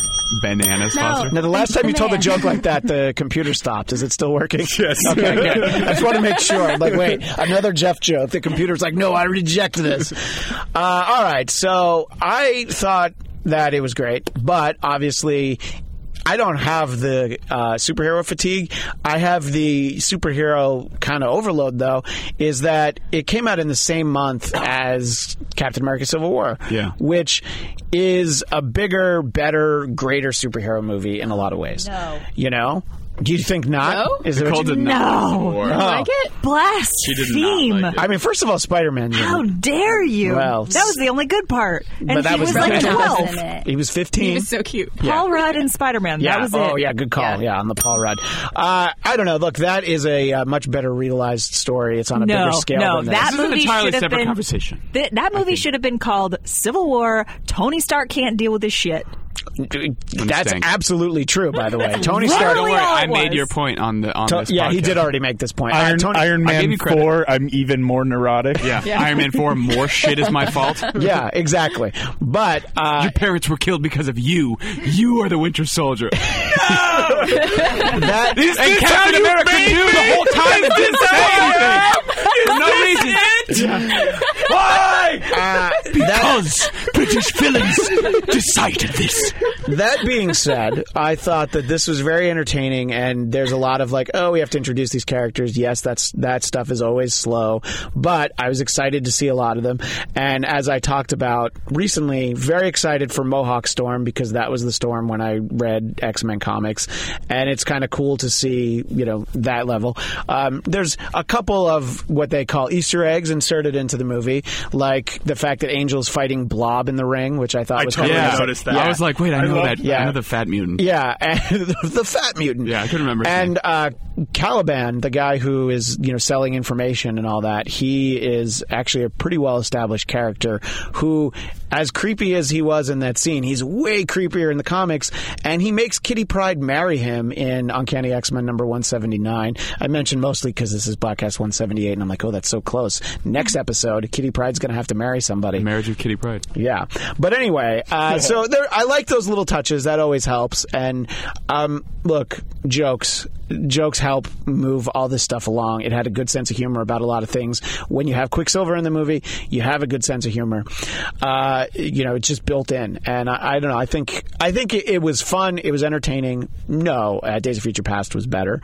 S5: banana saucer.
S3: Now, the last time you told a joke like that, the computer stopped. Is it still working? Yes. Okay, good. I just want to make sure. I'm like, wait, another Jeff joke. The computer's like, no, I reject this. Uh, all right, so I thought that it was great, but obviously. I don't have the uh, superhero fatigue. I have the superhero kind of overload, though. Is that it came out in the same month as Captain America: Civil War,
S5: Yeah.
S3: which is a bigger, better, greater superhero movie in a lot of ways. No. You know? Do you think not?
S7: No?
S3: Is there
S5: Called it
S2: No.
S5: Or-
S3: like
S7: it?
S5: She did not
S2: Blaspheme.
S5: like it.
S3: I mean, first of all, Spider Man.
S2: How dare you?
S3: Well,
S2: that was the only good part. And
S3: but that
S2: he
S3: was
S2: was, like
S3: Spider-Man.
S2: 12.
S3: He was 15.
S7: He was so cute.
S2: Paul Rudd and Spider Man.
S3: yeah.
S2: That was
S3: oh,
S2: it.
S3: yeah. Good call. Yeah. on the Paul Rudd. Uh, I don't know. Look, that is a uh, much better realized story. It's on a
S2: No,
S3: bigger scale
S2: no,
S3: than this.
S2: that
S5: This is an
S2: movie
S5: entirely
S2: should have
S5: separate
S2: been
S5: conversation.
S2: Th- that movie should have been called Civil War. Tony Stark can't deal with this shit.
S3: That's
S5: Stinks.
S3: absolutely true, by the way. Tony
S2: Literally
S3: Stark.
S5: Don't worry,
S2: all it
S5: I made
S2: was.
S5: your point on the on
S3: To-
S5: this.
S3: yeah, he
S5: podcast.
S3: did already make this point. Uh,
S8: Iron,
S3: Tony-
S8: Iron
S5: I gave
S8: Man
S5: you credit.
S8: 4, I'm even more neurotic.
S5: Yeah. Iron Man Four. More shit is my
S2: [LAUGHS]
S5: fault.
S3: Yeah, exactly. But uh,
S5: [LAUGHS] Your parents were killed because of you. You are the Winter Soldier.
S3: that
S5: [LAUGHS] and Captain America knew the whole time and didn't say anything. For no reason. Why?
S3: uh, that-
S5: Because British villains decided this.
S3: that being said, I thought that this was very entertaining, and there's a lot of like, oh, we have to introduce these characters. Yes, that's that stuff is always slow, but I was excited to see a lot of them. And as I talked about recently, very excited for Mohawk Storm because that was the storm when I read X Men comics, and it's kind of cool to see you know that level. Um, there's a couple of what they call Easter eggs inserted into the movie, like the fact that Angel's fighting Blob in the ring, which I thought
S8: I
S3: was
S8: totally
S3: kind of
S8: noticed that.
S5: I was like, wait, I, know
S8: love-
S5: that.
S3: yeah.
S5: I know the fat mutant.
S3: yeah, [LAUGHS] and the Fat Mutant.
S5: Yeah, I couldn't remember his
S3: And uh, Caliban, the guy who is you know selling information and all that, he is actually a pretty well established character who, as creepy as he was in that scene, he's way creepier in the comics, and he makes Kitty Pride marry him in Uncanny X Men number one seventy nine. I mentioned mostly because this is Blackcast one seventy eight, and I'm like, oh, that's so close. Next episode, Kitty Pride's going to have to marry somebody.
S5: Marriage of Kitty Pride.
S3: Yeah, but anyway, uh, so there, I like those little touches. That always helps. And um, look, jokes, jokes help move all this stuff along. It had a good sense of humor about a lot of things. When you have Quicksilver in the movie, you have a good sense of humor. Uh, you know, it's just built in. And I, I don't know. I think I think it, it was fun. It was entertaining. No, uh, Days of Future Past was better.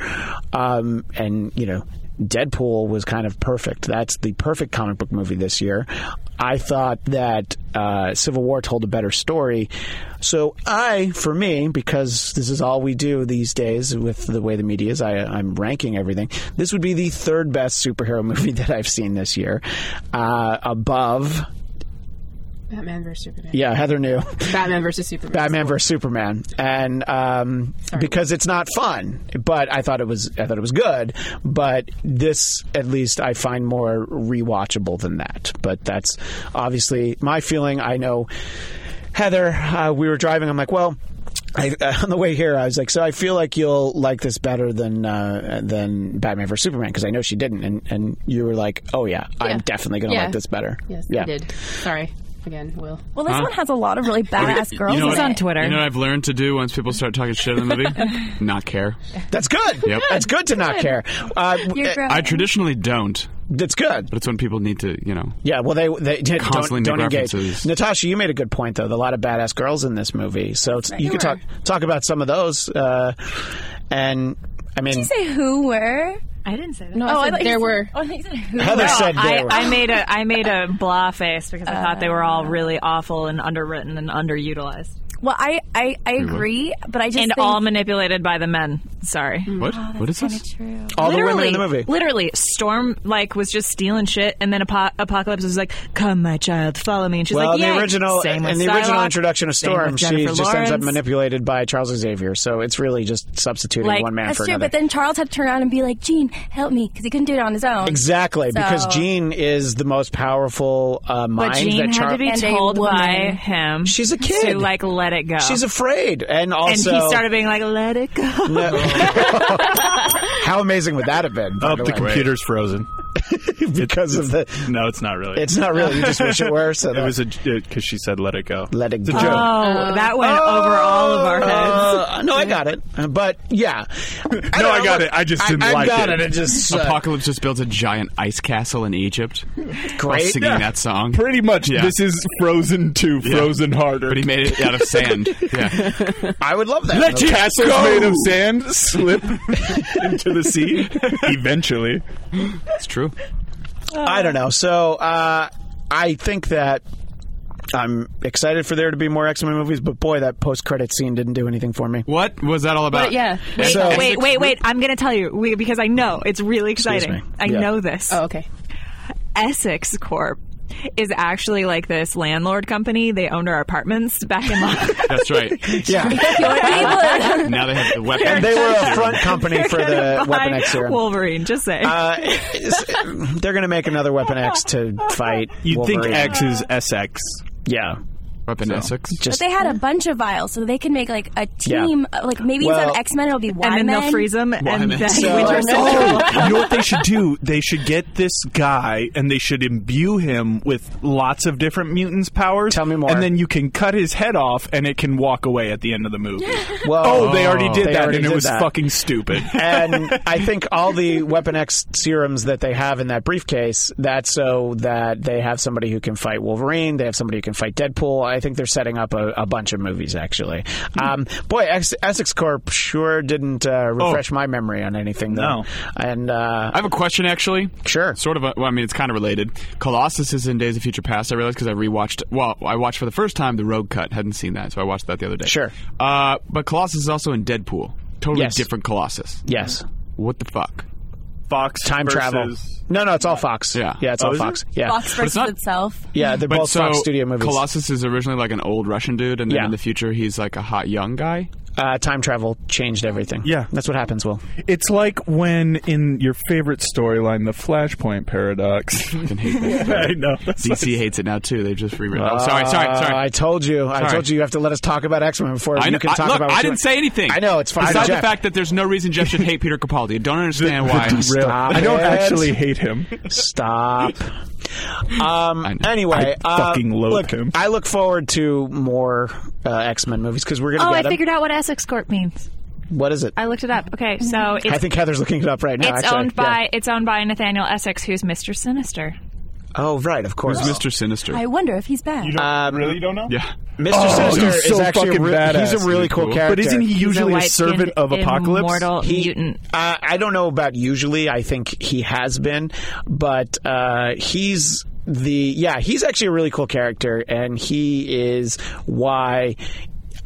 S3: Um, and you know, Deadpool was kind of perfect. That's the perfect comic book movie this year. I thought that uh, Civil War told a better story. So I, for me, because this is all we do these days with the way the media is, I, I'm ranking everything. This would be the third best superhero [LAUGHS] movie that I've seen this year, uh, above
S9: Batman versus Superman.
S3: yeah Heather New.
S9: Batman versus Superman.
S3: Batman vs Superman, and um, because it's not fun. But I thought it was I thought it was good. But this, at least, I find more rewatchable than that. But that's obviously my feeling. I know Heather. Uh, we were driving. I'm like, well. I, [LAUGHS] uh, on the way here, I was like, "So I feel like you'll like this better than uh, than Batman vs Superman because I know she didn't." And, and you were like, "Oh yeah, I'm definitely going to
S9: Yeah.
S3: like this better."
S9: Yes,
S3: yeah.
S9: I did. Sorry. Again, Will.
S1: [LAUGHS] Well, this one has a lot of really badass girls.
S5: You know
S1: in
S5: what-
S1: it.
S2: on Twitter.
S5: You know what I've learned to do once people start talking shit in the movie? Not care.
S3: That's good.
S5: Yep.
S3: That's good to not care. Uh, w-
S1: You're
S5: I traditionally don't,
S3: that's good.
S5: but it's when people need to, you know.
S3: Yeah, well, they they d-
S5: Constantly
S3: don't,
S5: make
S3: don't engage.
S5: references.
S3: Natasha, you made a good point though. There are a lot of badass girls in this movie, so it's, you could
S1: There
S3: talk talk about some of those. Uh, and I mean,
S1: Did you say who were? Oh,
S2: I didn't say that.
S9: No, I said
S1: thought you
S9: there
S1: said-
S9: were.
S1: Oh, I thought you said who.
S3: Heather said they
S2: I,
S3: were.
S2: I made a I made [LAUGHS] a blah face because I thought they were all really awful and underwritten and underutilized
S1: Well, I I, I agree, but I just
S2: and
S1: think
S2: all manipulated by the men. Sorry.
S5: What? what is this?
S1: true.
S3: all the women
S2: literally,
S3: in the movie.
S2: Literally, Storm like was just stealing shit, and then Apo- Apocalypse was like, "Come, my child, follow me," and she's
S3: Well,
S2: like,
S3: in
S2: "Yeah."
S3: the original,
S2: Same with
S3: in the original
S2: Psylocke,
S3: introduction of
S2: same with
S3: Storm, she
S2: Jennifer
S3: just ends up
S2: Lawrence.
S3: manipulated by Charles Xavier. So it's really just substituting
S2: Like,
S3: one man
S1: That's
S3: for
S1: true,
S3: another.
S1: but then Charles had to turn around and be like, "Gene, help me," because he couldn't do it on his own.
S3: exactly, because
S1: So-
S3: Jean is the most powerful uh, mind
S2: But Jean
S3: that
S2: had
S3: Charles.
S2: to be
S1: And a
S2: told
S1: woman.
S2: by him.
S3: She's a kid.
S2: To like let it go.
S3: She's afraid,
S2: and
S3: and also
S2: he started being like, "Let it go." [LAUGHS]
S3: [LAUGHS] how amazing would that have been? by
S8: Up,
S3: the
S8: Oh, the
S3: way?
S8: computer's frozen.
S3: [LAUGHS] because of the.
S8: No, it's not really.
S3: It's not really. You just wish it were. So
S8: [LAUGHS] it was a because she said let it go.
S3: Let it
S8: It's a
S3: go.
S8: joke.
S7: Oh, [LAUGHS] that went over all of our heads.
S3: Uh, no, I got it. Uh, But yeah, I
S8: [LAUGHS] no,
S3: don't
S8: I
S3: know,
S8: got
S3: look,
S8: it. I just didn't
S3: I,
S8: like
S3: got
S8: it.
S3: it. It just uh,
S5: Apocalypse just builds a giant ice castle in Egypt. While
S3: great.
S5: singing
S8: Yeah.
S5: that song.
S8: Pretty much.
S5: Yeah.
S8: This is Frozen Two,
S5: Yeah.
S8: Frozen Harder.
S5: But he made it out of sand. Yeah.
S3: I would love that.
S8: Let
S3: Okay.
S8: castles made of sand slip into the sea eventually.
S5: It's true.
S3: I don't know. So uh, I think that I'm excited for there to be more X Men movies, but boy, that post credit scene didn't do anything for me.
S5: What was that all about?
S7: But yeah. Wait,
S3: So-
S7: wait, wait, wait. I'm going to tell you we, because I know it's really exciting.
S3: me.
S7: I
S3: Yeah.
S7: know this.
S9: Oh, okay.
S7: Essex Corp is actually like this landlord company. They owned our apartments back
S3: [LAUGHS]
S7: in Los
S5: That's right.
S8: [LAUGHS]
S3: Yeah.
S5: Now they have the weapon.
S3: And they were a front company
S7: [LAUGHS]
S3: for the
S7: Buy
S8: [LAUGHS]
S3: Weapon X serum.
S7: Wolverine, just say.
S3: Uh, it's- they're going to make another Weapon X to fight.
S8: You
S3: Wolverine.
S8: think X is SX?
S3: Yeah.
S5: Weapon Essex.
S1: But
S3: Just
S1: they had a bunch of vials, so they can make like a
S3: Yeah.
S1: team. uh, Like maybe instead
S3: Well-
S1: of X Men, it'll be Y
S7: and
S1: Men.
S7: then they'll freeze them and
S5: Wyman.
S7: then
S3: So-
S7: Winter Soldier.
S8: you know what they should do? They should get this guy and they should imbue him with lots of different mutants' powers.
S3: Tell me more.
S8: And then you can cut his head off and it can walk away at the end of the movie.
S3: well,
S8: oh, they already did
S3: They
S8: that
S3: already
S8: and
S3: did
S8: it was
S3: that.
S8: fucking stupid.
S3: [LAUGHS] and I think all the Weapon X serums that they have in that briefcase, that's so that they have somebody who can fight Wolverine, they have somebody who can fight Deadpool. I think they're setting up a, a bunch of movies, actually.
S8: Hmm.
S3: Um, boy, Ex- Essex Corp sure didn't uh, refresh my memory on anything, though.
S8: Oh. No.
S3: And, uh,
S5: I have a question, actually.
S3: Sure.
S5: Sort of. A, well, I mean, it's kind of related. Colossus is in Days of Future Past. I realized because I rewatched. Well, I watched for the first time the Rogue Cut. Hadn't seen that, so I watched that the other day.
S3: Sure.
S5: Uh, but Colossus is also in Deadpool. Totally
S3: Yes.
S5: different Colossus.
S3: yes.
S5: What the fuck?
S8: Fox
S3: Time travel.
S8: versus- Oh,
S3: No, no, it's all Fox.
S5: Yeah.
S3: Yeah, it's all
S8: is it?
S3: Fox. Yeah.
S1: Fox versus
S5: not-
S1: itself.
S3: Yeah, they're
S5: But
S3: both
S5: so
S3: Fox studio movies.
S5: Colossus is originally like an old Russian dude, and then
S3: Yeah.
S5: in the future he's like a hot young guy.
S3: uh, time travel changed everything.
S8: Yeah.
S3: That's what happens, Will.
S8: It's like when in your favorite storyline, the Flashpoint paradox.
S5: I can hate
S3: [LAUGHS]
S5: that.
S8: [LAUGHS] I [LAUGHS] know.
S5: DC hates it now too. They've just rewritten. oh, sorry, sorry,
S3: Uh,
S5: sorry.
S3: I told you. I
S5: Sorry.
S3: told you you have to let us talk about X Men before
S5: I
S3: you
S5: know,
S3: can
S5: I-
S3: talk
S5: look,
S3: about. what
S5: I
S3: you
S5: didn't
S3: want.
S5: say anything.
S3: I know it's fine.
S5: Besides
S3: Jeff.
S5: the fact that there's no reason Jeff
S3: [LAUGHS]
S5: should hate Peter Capaldi. I don't understand why.
S3: Stop
S8: I don't
S3: it.
S8: actually hate him.
S5: [LAUGHS]
S3: Stop. Um,
S5: I know.
S3: anyway,
S8: I
S3: uh,
S8: fucking loathe
S3: look,
S8: him.
S3: I look forward to more uh, X Men movies because we're gonna
S2: Oh, I
S3: get 'em.
S2: figured out what Essex Corp means.
S3: What is it?
S2: I looked it up. Okay,
S7: Mm-hmm.
S2: so it's
S3: I think Heather's looking it up right now.
S2: it's
S3: actually.
S2: owned by it's owned by Nathaniel Essex, who's Mr. Sinister.
S3: Yeah. Oh, right, of course.
S5: Who's Mr. Sinister?
S1: I wonder if he's back.
S3: Um,
S8: really don't know?
S5: yeah.
S3: Mr.
S8: Oh,
S3: Sinister
S8: he's
S3: is
S8: so
S3: actually a
S8: fucking
S3: re- he's
S8: badass.
S3: a really cool
S5: Cool.
S3: character.
S8: But isn't he
S2: He's
S8: usually a,
S2: white-skinned,
S8: servant of Apocalypse?
S2: Immortal
S3: He-
S2: mutant.
S3: Uh, I don't know about usually. I think he has been, but uh, he's the yeah. He's actually a really cool character, and he is why.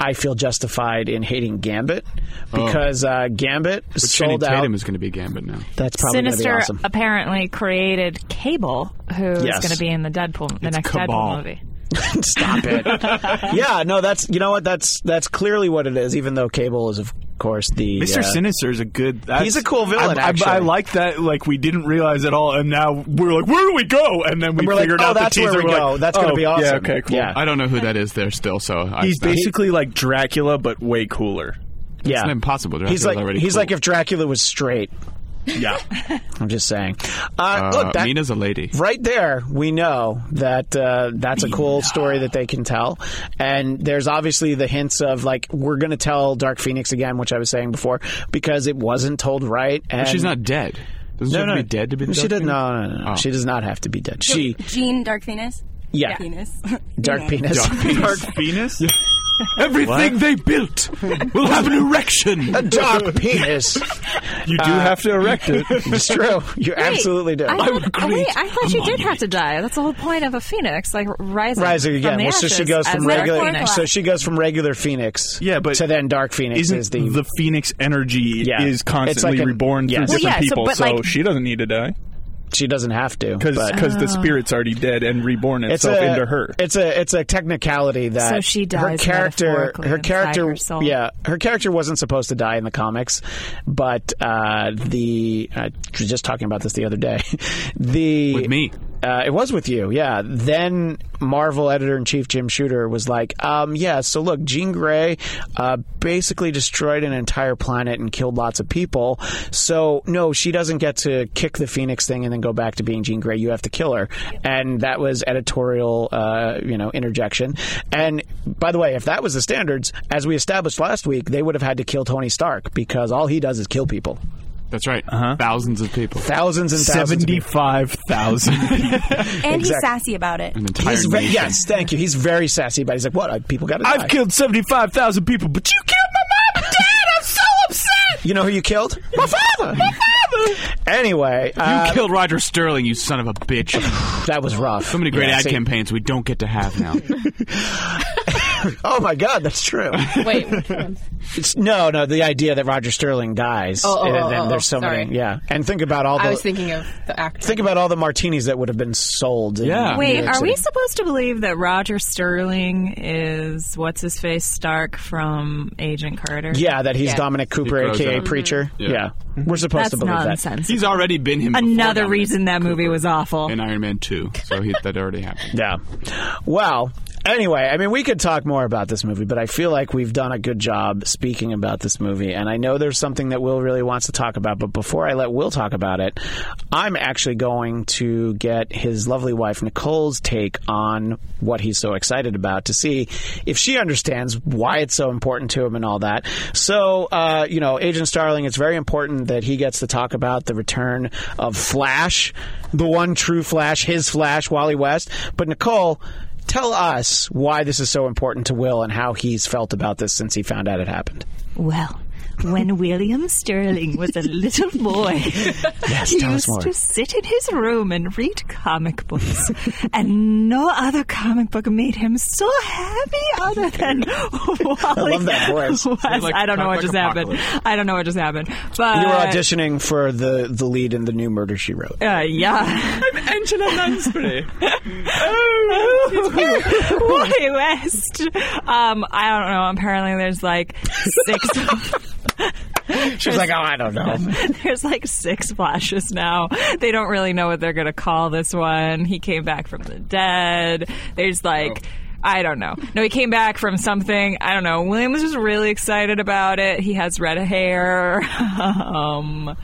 S3: I feel justified in hating Gambit because uh, Gambit
S5: But Oh. Channing
S3: sold out.
S5: Tatum is going to be Gambit now.
S3: That's probably gonna
S2: Sinister
S3: be awesome. [LAUGHS]
S2: apparently created Cable, who's
S3: Yes.
S2: going to be in the Deadpool, the next
S5: Cabal.
S2: Deadpool movie.
S3: Stop it. yeah, no, that's you know what that's that's clearly what it is. Even though Cable is of course the
S8: Mr.
S3: uh,
S8: Sinister is a good. That's,
S3: He's a cool villain,
S8: I, I,
S3: actually.
S8: I like that. Like we didn't realize at all, and now we're like, where do we go? And then we
S3: we're like,
S8: figured
S3: oh,
S8: out
S3: that's
S8: the
S3: where
S8: teaser.
S3: we
S8: we're
S3: go.
S8: Like,
S3: That's gonna
S8: oh,
S3: be awesome.
S8: Yeah. Okay. Cool.
S3: Yeah.
S5: I don't know who that is there still, so I-
S8: He's
S5: it's not-
S8: basically like Dracula, but way cooler.
S3: yeah.
S5: it's impossible.
S3: He's
S5: Dracula's
S3: like
S5: already
S3: he's
S5: cool.
S3: like if Dracula was straight.
S8: Yeah.
S3: [LAUGHS] I'm just saying. Uh,
S5: uh,
S3: look, that,
S5: Mina's a lady.
S3: right there, we know that uh, that's a cool story that they can tell. And there's obviously the hints of like we're going to tell Dark Phoenix again, which I was saying before, because it wasn't told right. And
S5: She's not dead. Doesn't she
S3: No,
S5: have
S3: no,
S5: to be dead to be the
S3: she
S5: Dark
S3: does
S5: Phoenix?
S3: no, no, no, no.
S5: Oh.
S3: She does not have to be dead. She,
S1: Jean Dark Venus.
S3: yeah, [LAUGHS]
S1: Venus.
S3: dark penis.
S5: Dark
S8: Dark [LAUGHS] Venus.
S5: Everything they built will have
S3: [LAUGHS]
S5: an erection.
S3: [LAUGHS]
S5: Uh,
S3: dark penis.
S8: You do have to erect [LAUGHS] it.
S3: It's true. You absolutely do.
S2: I,
S5: would
S2: thought- wait,
S5: create
S2: I
S5: a
S2: thought you did
S5: monument.
S2: have to die. That's the whole point of a phoenix, like rising,
S3: Rising
S2: from
S3: again.
S2: the
S3: Well, so she
S2: ashes
S3: goes
S2: as
S3: from
S2: Dark
S3: regular.
S2: Phoenix.
S3: So she goes from regular Phoenix.
S8: Yeah, but
S3: to then Dark Phoenix
S8: Isn't
S3: is
S8: the Phoenix energy
S3: Yeah. It's
S8: is constantly
S3: like an-
S8: reborn
S3: yeah.
S8: through
S3: Well,
S8: different
S2: yeah, so-
S8: people,
S2: but,
S8: so
S2: like-
S8: she doesn't need to die
S3: she doesn't have to but-
S8: because the spirit's already dead and reborn
S3: it's
S8: itself
S3: a,
S8: into her.
S3: It's a it's a technicality that
S2: So she
S3: her
S2: dies
S3: character
S2: metaphorically
S3: her
S2: inside
S3: character
S2: her soul.
S3: yeah her character wasn't supposed to die in the comics, but uh, [LAUGHS] the I was just talking about this the other day the
S5: With me.
S3: Uh, it was with you, yeah. Then Marvel editor in chief Jim Shooter was like, um, "Yeah, so look, Jean Grey uh, basically destroyed an entire planet and killed lots of people. So no, she doesn't get to kick the Phoenix thing and then go back to being Jean Grey. You have to kill her." And that was editorial, uh, you know, interjection. And by the way, if that was the standards, as we established last week, they would have had to kill Tony Stark because all he does is kill people,
S5: That's right.
S3: Uh-huh.
S5: Thousands of people.
S3: thousands and thousands. of people.
S8: Seventy-five thousand.
S1: And he's sassy about it.
S5: An entire
S3: He's ve-
S5: nation.
S3: yes, thank you. He's very sassy, but he's like, "What? Uh, People got to die."
S8: I've killed seventy-five thousand people, but you killed my mom and dad. I'm so upset.
S3: You know who you killed? My father. My father. Anyway,
S5: You
S3: uh,
S5: killed Roger Sterling, you son of a bitch.
S3: that was rough.
S5: So many great
S3: Yeah,
S5: ad
S3: see-
S5: campaigns we don't get to have
S8: [LAUGHS]
S5: now.
S3: Oh my God, that's true.
S10: Wait.
S3: It's- no, no, the idea that Roger Sterling dies.
S10: Oh, oh,
S3: and,
S10: oh,
S3: then
S10: oh,
S3: there's so
S10: sorry.
S3: many. Yeah, and think about all the.
S10: I was thinking of the actor.
S3: Think about all the martinis that would have been sold. in
S5: Yeah.
S3: New
S7: Wait,
S3: York
S7: are we
S3: City.
S7: supposed to believe that Roger Sterling is what's his face Stark from Agent Carter?
S3: Yeah, that he's
S10: Yeah.
S3: Dominic Cooper,
S5: grows
S3: aka
S5: up.
S3: Preacher. Yeah.
S5: Yeah.
S3: we're supposed
S7: that's
S3: to believe
S7: nonsense.
S5: He's already been him. before
S7: Another
S5: down there.
S7: reason that movie was awful.
S5: in Iron Man Two, so he, that already happened.
S3: that. Yeah. Well, anyway, I mean, we could talk more about this movie, but I feel like we've done a good job speaking about this movie, and I know there's something that Will really wants to talk about. But before I let Will talk about it, I'm actually going to get his lovely wife Nicole's take on what he's so excited about to see if she understands why it's so important to him and all that. So, uh, you know, Agent Starling, it's very important that he gets to talk about the return of Flash, the one true Flash, his Flash, Wally West. But Nicole, tell us why this is so important to Will and how he's felt about this since he found out it happened.
S2: Well,
S3: [LAUGHS]
S2: when William Sterling was a little boy, he
S3: tell us
S2: used
S3: more.
S2: to sit in his room and read comic
S3: [LAUGHS]
S2: books, and no other comic book made him so happy other
S3: [LAUGHS]
S2: than Wally.
S3: love that voice.
S2: West.
S5: like-
S2: I don't know
S5: like
S2: what just
S5: apocalypse.
S2: happened. I don't know what just happened.
S3: You were
S2: But
S3: auditioning for the, the lead in the new murder she wrote.
S2: uh,
S3: [LAUGHS]
S2: yeah, [LAUGHS]
S5: Angela
S8: uh,
S5: Lansbury.
S3: Oh,
S2: Wally West. Um, I don't know. Apparently, there's like six.
S3: [LAUGHS] She was like, oh, I don't know.
S2: [LAUGHS] There's like six flashes now. They don't really know what they're going to call this one. He came back from the dead. There's like.
S3: Oh.
S2: I don't know. No, he came back from something. I don't know. William was just really excited about it. He has red hair. [LAUGHS] um,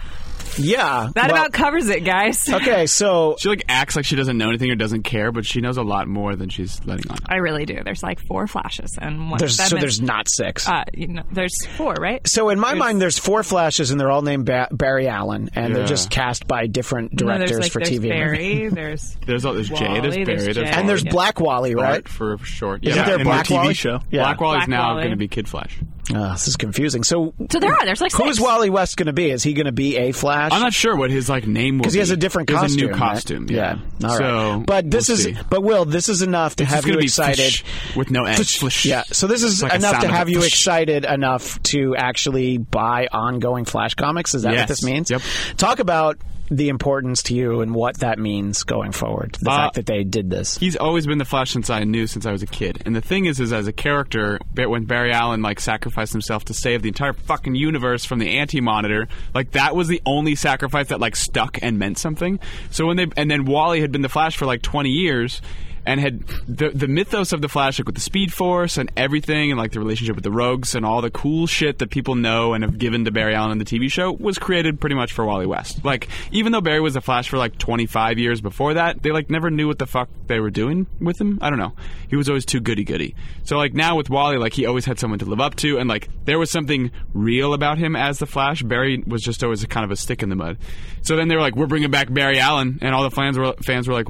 S3: Yeah.
S2: that
S3: well,
S2: about covers it, guys.
S3: Okay, so
S5: She like acts like she doesn't know anything or doesn't care, but she knows a lot more than she's letting on.
S2: I really do. There's like four flashes and one.
S3: there's
S2: that
S3: so
S2: meant-
S3: there's not six.
S2: uh, you know, there's four, right?
S3: So in my mind, there's four flashes, and they're all named ba- Barry Allen, and they're
S5: Yeah.
S3: just cast by different
S2: No,
S3: directors
S2: there's like
S3: for
S2: there's
S3: TV. and movies.
S2: Barry. There's
S5: There's all there's Jay, there's
S2: Wally,
S5: Barry,
S2: there's
S5: there's,
S2: Jay.
S3: And there's
S5: Wally.
S3: Black Wally,
S5: Bart
S3: right?
S5: for short.
S3: Isn't
S5: Yeah,
S3: there
S5: and
S3: Black
S8: TV
S3: Wally?
S8: show.
S3: Yeah.
S5: Black Wally's
S2: Black
S5: now
S2: Wally.
S5: going to be Kid Flash.
S3: Oh, this is confusing. So,
S2: so there are. There's like
S3: who
S2: six.
S3: is Wally West going to be? Is he going to be a Flash?
S5: I'm not sure what his like name will
S3: because he has
S5: be.
S3: a different
S5: There's
S3: costume.
S5: a new
S3: right?
S5: costume. Yeah.
S3: All right.
S5: So,
S3: but this
S5: we'll
S3: is,
S5: see.
S3: but Will, this is enough to
S5: This is
S3: have you
S5: gonna be
S3: excited.
S5: flish with no end.
S3: Flish. Yeah. So this is
S5: It's like a
S3: enough
S5: sound
S3: to
S5: of a
S3: have you
S5: flish.
S3: excited enough to actually buy ongoing Flash comics. Is that what
S5: Yes.
S3: this means?
S5: Yep.
S3: Talk about the importance to you and what that means going forward. The
S5: Uh,
S3: fact that they did this.
S5: he's always been the Flash since I knew, since I was a kid. And the thing is, is as a character, ba- when Barry Allen like sacrificed himself to save the entire fucking universe from the Anti Monitor, like that was the only sacrifice that like stuck and meant something. So when they and then Wally had been the Flash for like twenty years. And had the, the mythos of the Flash, like with the Speed Force and everything, and like the relationship with the Rogues and all the cool shit that people know and have given to Barry Allen in the TV show, was created pretty much for Wally West. Like, even though Barry was a Flash for like 25 years before that, they like never knew what the fuck they were doing with him. I don't know. He was always too goody goody. So like now with Wally, like he always had someone to live up to, and like there was something real about him as the Flash. Barry was just always a kind of a stick in the mud. So then they were like, we're bringing back Barry Allen, and all the fans were fans were like,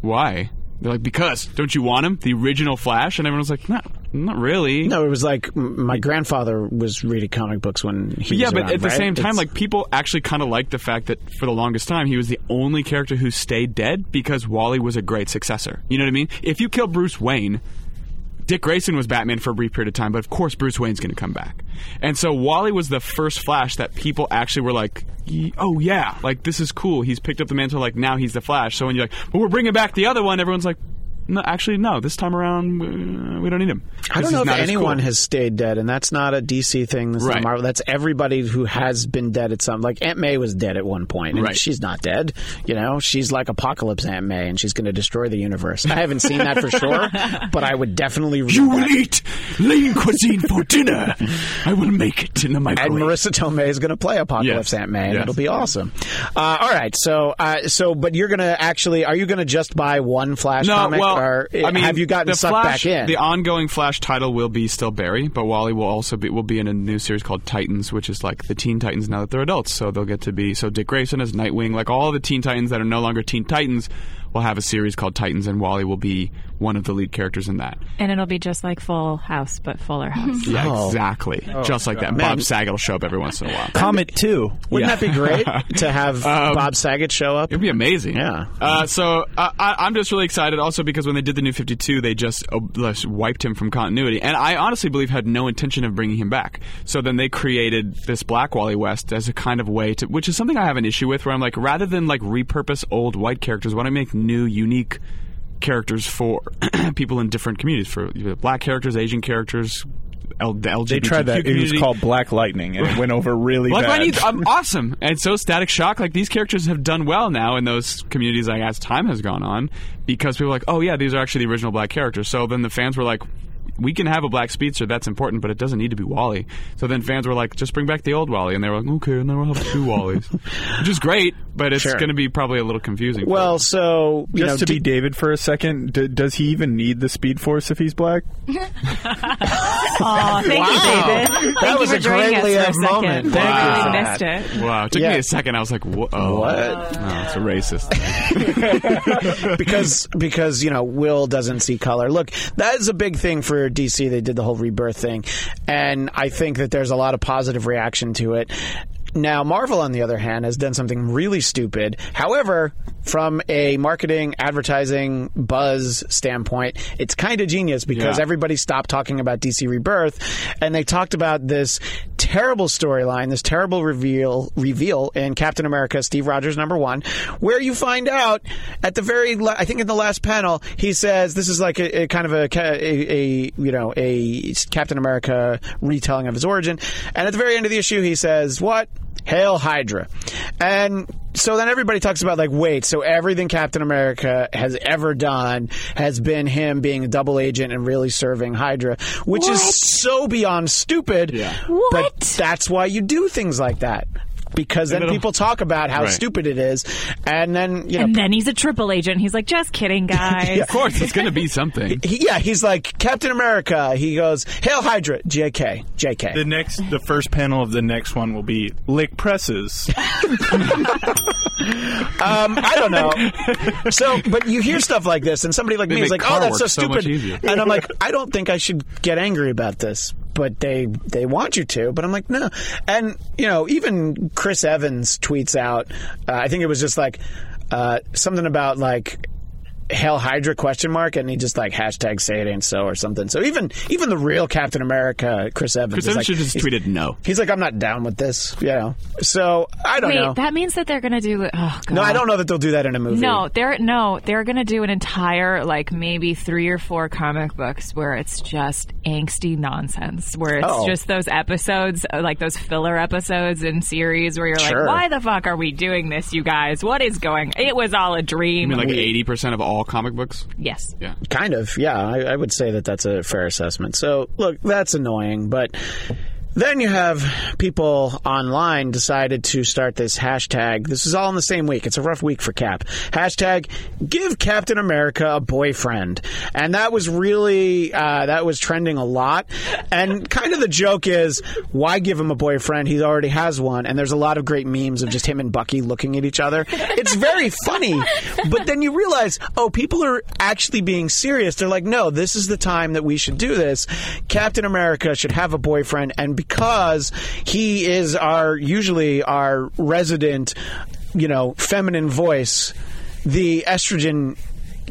S5: why? They're like, because don't you want him? The original Flash, and everyone was like, no, not really.
S3: No, it was like m- my grandfather was reading comic books when he
S5: yeah,
S3: was
S5: but
S3: around,
S5: at the
S3: right?
S5: same time,
S3: It's-
S5: like people actually kind of liked the fact that for the longest time he was the only character who stayed dead because Wally was a great successor. You know what I mean? If you kill Bruce Wayne, Dick Grayson was Batman for a brief period of time, but of course Bruce Wayne's going to come back. And so Wally was the first Flash that people actually were like, "Ye- "Oh yeah, like this is cool." He's picked up the mantle, like now he's the Flash. So when you're like, "But we're bringing back the other one," everyone's like, no, actually, no. This time around, uh, we don't need him.
S3: I
S5: This
S3: don't
S5: is
S3: know if
S5: not as
S3: anyone
S5: cool.
S3: has stayed dead, and that's not a DC thing. That's not
S5: Right.
S3: Marvel. That's everybody who has been dead at some. Like Aunt May was dead at one point, and
S5: Right.
S3: she's not dead. You know, she's like Apocalypse Aunt May, and she's going to destroy the universe. I haven't seen that
S5: [LAUGHS]
S3: for sure, but I would definitely. read
S5: You
S3: that.
S5: will eat lean cuisine for dinner. I will make it in the
S3: And
S5: microwave.
S3: Marissa Tomei is going to play Apocalypse
S5: Yes.
S3: Aunt May, and
S5: Yes.
S3: it'll be awesome. Uh, all right, so uh, so but you're going to actually are you going to just buy one Flash
S5: no,
S3: comic,
S5: well,
S3: or
S5: I mean,
S3: have you gotten
S5: the
S3: sucked
S5: Flash,
S3: back in?
S5: The ongoing Flash title will be still Barry, but Wally will also be will be in a new series called Titans, which is like the Teen Titans now that they're adults. So they'll get to be so Dick Grayson as Nightwing, like all the Teen Titans that are no longer Teen Titans, will have a series called Titans, and Wally will be one of the lead characters in that.
S2: And it'll be just like Full House, but Fuller House.
S5: Yeah,
S3: Oh.
S5: exactly. Just like that. Bob Saget will show up every once in a while.
S8: Comet two.
S3: Wouldn't
S5: yeah.
S3: that
S5: Um,
S3: be great to
S5: [LAUGHS]
S3: have Bob Saget show up?
S5: It'd be amazing.
S3: Yeah.
S5: Uh, so uh, I, I'm just really excited, also because when they did the new 52, they just, uh, just wiped him from continuity, and I honestly believe had no intention of bringing him back. So then they created this Black Wally West as a kind of way to, which is something I have an issue with, where I'm like, rather than like repurpose old white characters, why don't I make new, unique characters for [CLEARS THROAT] people in different communities, for you know, black characters, Asian characters. L- the LGBTQ
S8: They tried that. It was
S5: community.
S8: called Black Lightning, and it went over really
S5: Black
S8: bad.
S5: Lightning's um, awesome, and so Static Shock. Like these characters have done well now in those communities. Like as time has gone on, because people are like, oh yeah, these are actually the original black characters. So then the fans were like, we can have a black speedster. That's important, but it doesn't need to be Wally. So then fans were like, just bring back the old Wally, and they were like, okay, and then we'll have two Wallys, which is great, but it's
S3: Sure.
S5: going to be probably a little confusing. for
S3: Well,
S5: them.
S3: so you
S8: Just
S3: know,
S8: to
S3: D-
S8: be David for a second, d- does he even need the Speed Force if he's black?
S2: Aw, thank you, David. Thank
S3: That
S2: you
S3: was
S2: for
S3: a
S2: joining
S3: great
S2: us for a
S3: Leah
S2: second.
S3: moment.
S2: We
S3: Thank you
S2: really
S3: for
S2: missed
S3: that.
S2: it.
S5: wow, it took
S3: yeah.
S5: me a second. I was like, whoa, oh,
S3: What?
S5: No, it's
S3: [LAUGHS]
S5: a racist.
S3: [CLEARS THROAT] because because you know Will doesn't see color. Look, that is a big thing for DC. They did the whole rebirth thing, and I think that there's a lot of positive reaction to it. Now, Marvel, on the other hand, has done something really stupid. However, from a marketing, advertising, buzz standpoint, it's kind of genius because
S5: Yeah.
S3: everybody stopped talking about DC Rebirth, and they talked about this terrible storyline, this terrible reveal reveal in Captain America: Steve Rogers number one, where you find out at the very, la- I think in the last panel, he says this is like a, a kind of a, ca- a, a you know a Captain America retelling of his origin, and at the very end of the issue, he says what. Hail Hydra. And so then everybody talks about like, wait, so everything Captain America has ever done has been him being a double agent and really serving Hydra, which is so beyond stupid.
S5: Yeah.
S3: But that's why you do things like that. Because then
S5: it'll-
S3: people talk about how
S5: Right.
S3: stupid it is, and then you know,
S2: And then he's a triple agent. He's like, just kidding,
S3: [LAUGHS]
S2: guys.
S5: of course, it's going to be something.
S3: he, yeah, he's like Captain America. He goes, "Hail Hydra, J.K. J.K."
S8: The next, the first panel of the next one will be lick presses.
S3: Um, I don't know. So, but you hear stuff like this, and somebody like me is
S5: make
S3: like, "Oh,
S5: car
S3: that's so
S5: work so much
S3: stupid,"
S5: easier.
S3: and I'm like, "I don't think I should get angry about this." But they they want you to, but I'm like, no. And you know, even Chris Evans tweets out. Uh, I think it was just like uh, something about like. Hell Hydra question mark and he just like hashtag say it ain't so or something. So even even the real Captain America, Chris Evans,
S5: Chris
S3: is
S5: Evans
S3: like,
S5: should have just
S3: he's-
S5: tweeted no.
S3: He's like, I'm not down with this, you know. So I don't
S2: Wait,
S3: know.
S2: that means that they're gonna do. Oh, God.
S3: Oh, no, I don't know that they'll do that in a movie.
S2: No, they're no, they're gonna do an entire like maybe three or four comic books where it's just angsty nonsense, where it's
S3: Oh.
S2: just those episodes, uh, like those filler episodes and series where you're
S3: Sure.
S2: like, why the fuck are we doing this, you guys? What is going? It was all a dream.
S5: I mean, like eighty percent of all comic books.
S2: yes.
S5: Yeah.
S3: Kind of, yeah. I, I would say that that's a fair assessment. So, look, that's annoying, but then you have people online decided to start this hashtag. This is all in the same week. It's a rough week for Cap. Hashtag give Captain America a boyfriend. And that was really, uh, that was trending a lot. And kind of the joke is why give him a boyfriend? He already has one. And there's a lot of great memes of just him and Bucky looking at each other. It's very funny. But then you realize, oh, people are actually being serious. They're like, no, this is the time that we should do this. Captain America should have a boyfriend. And because he is our, usually our resident, you know, feminine voice, the estrogen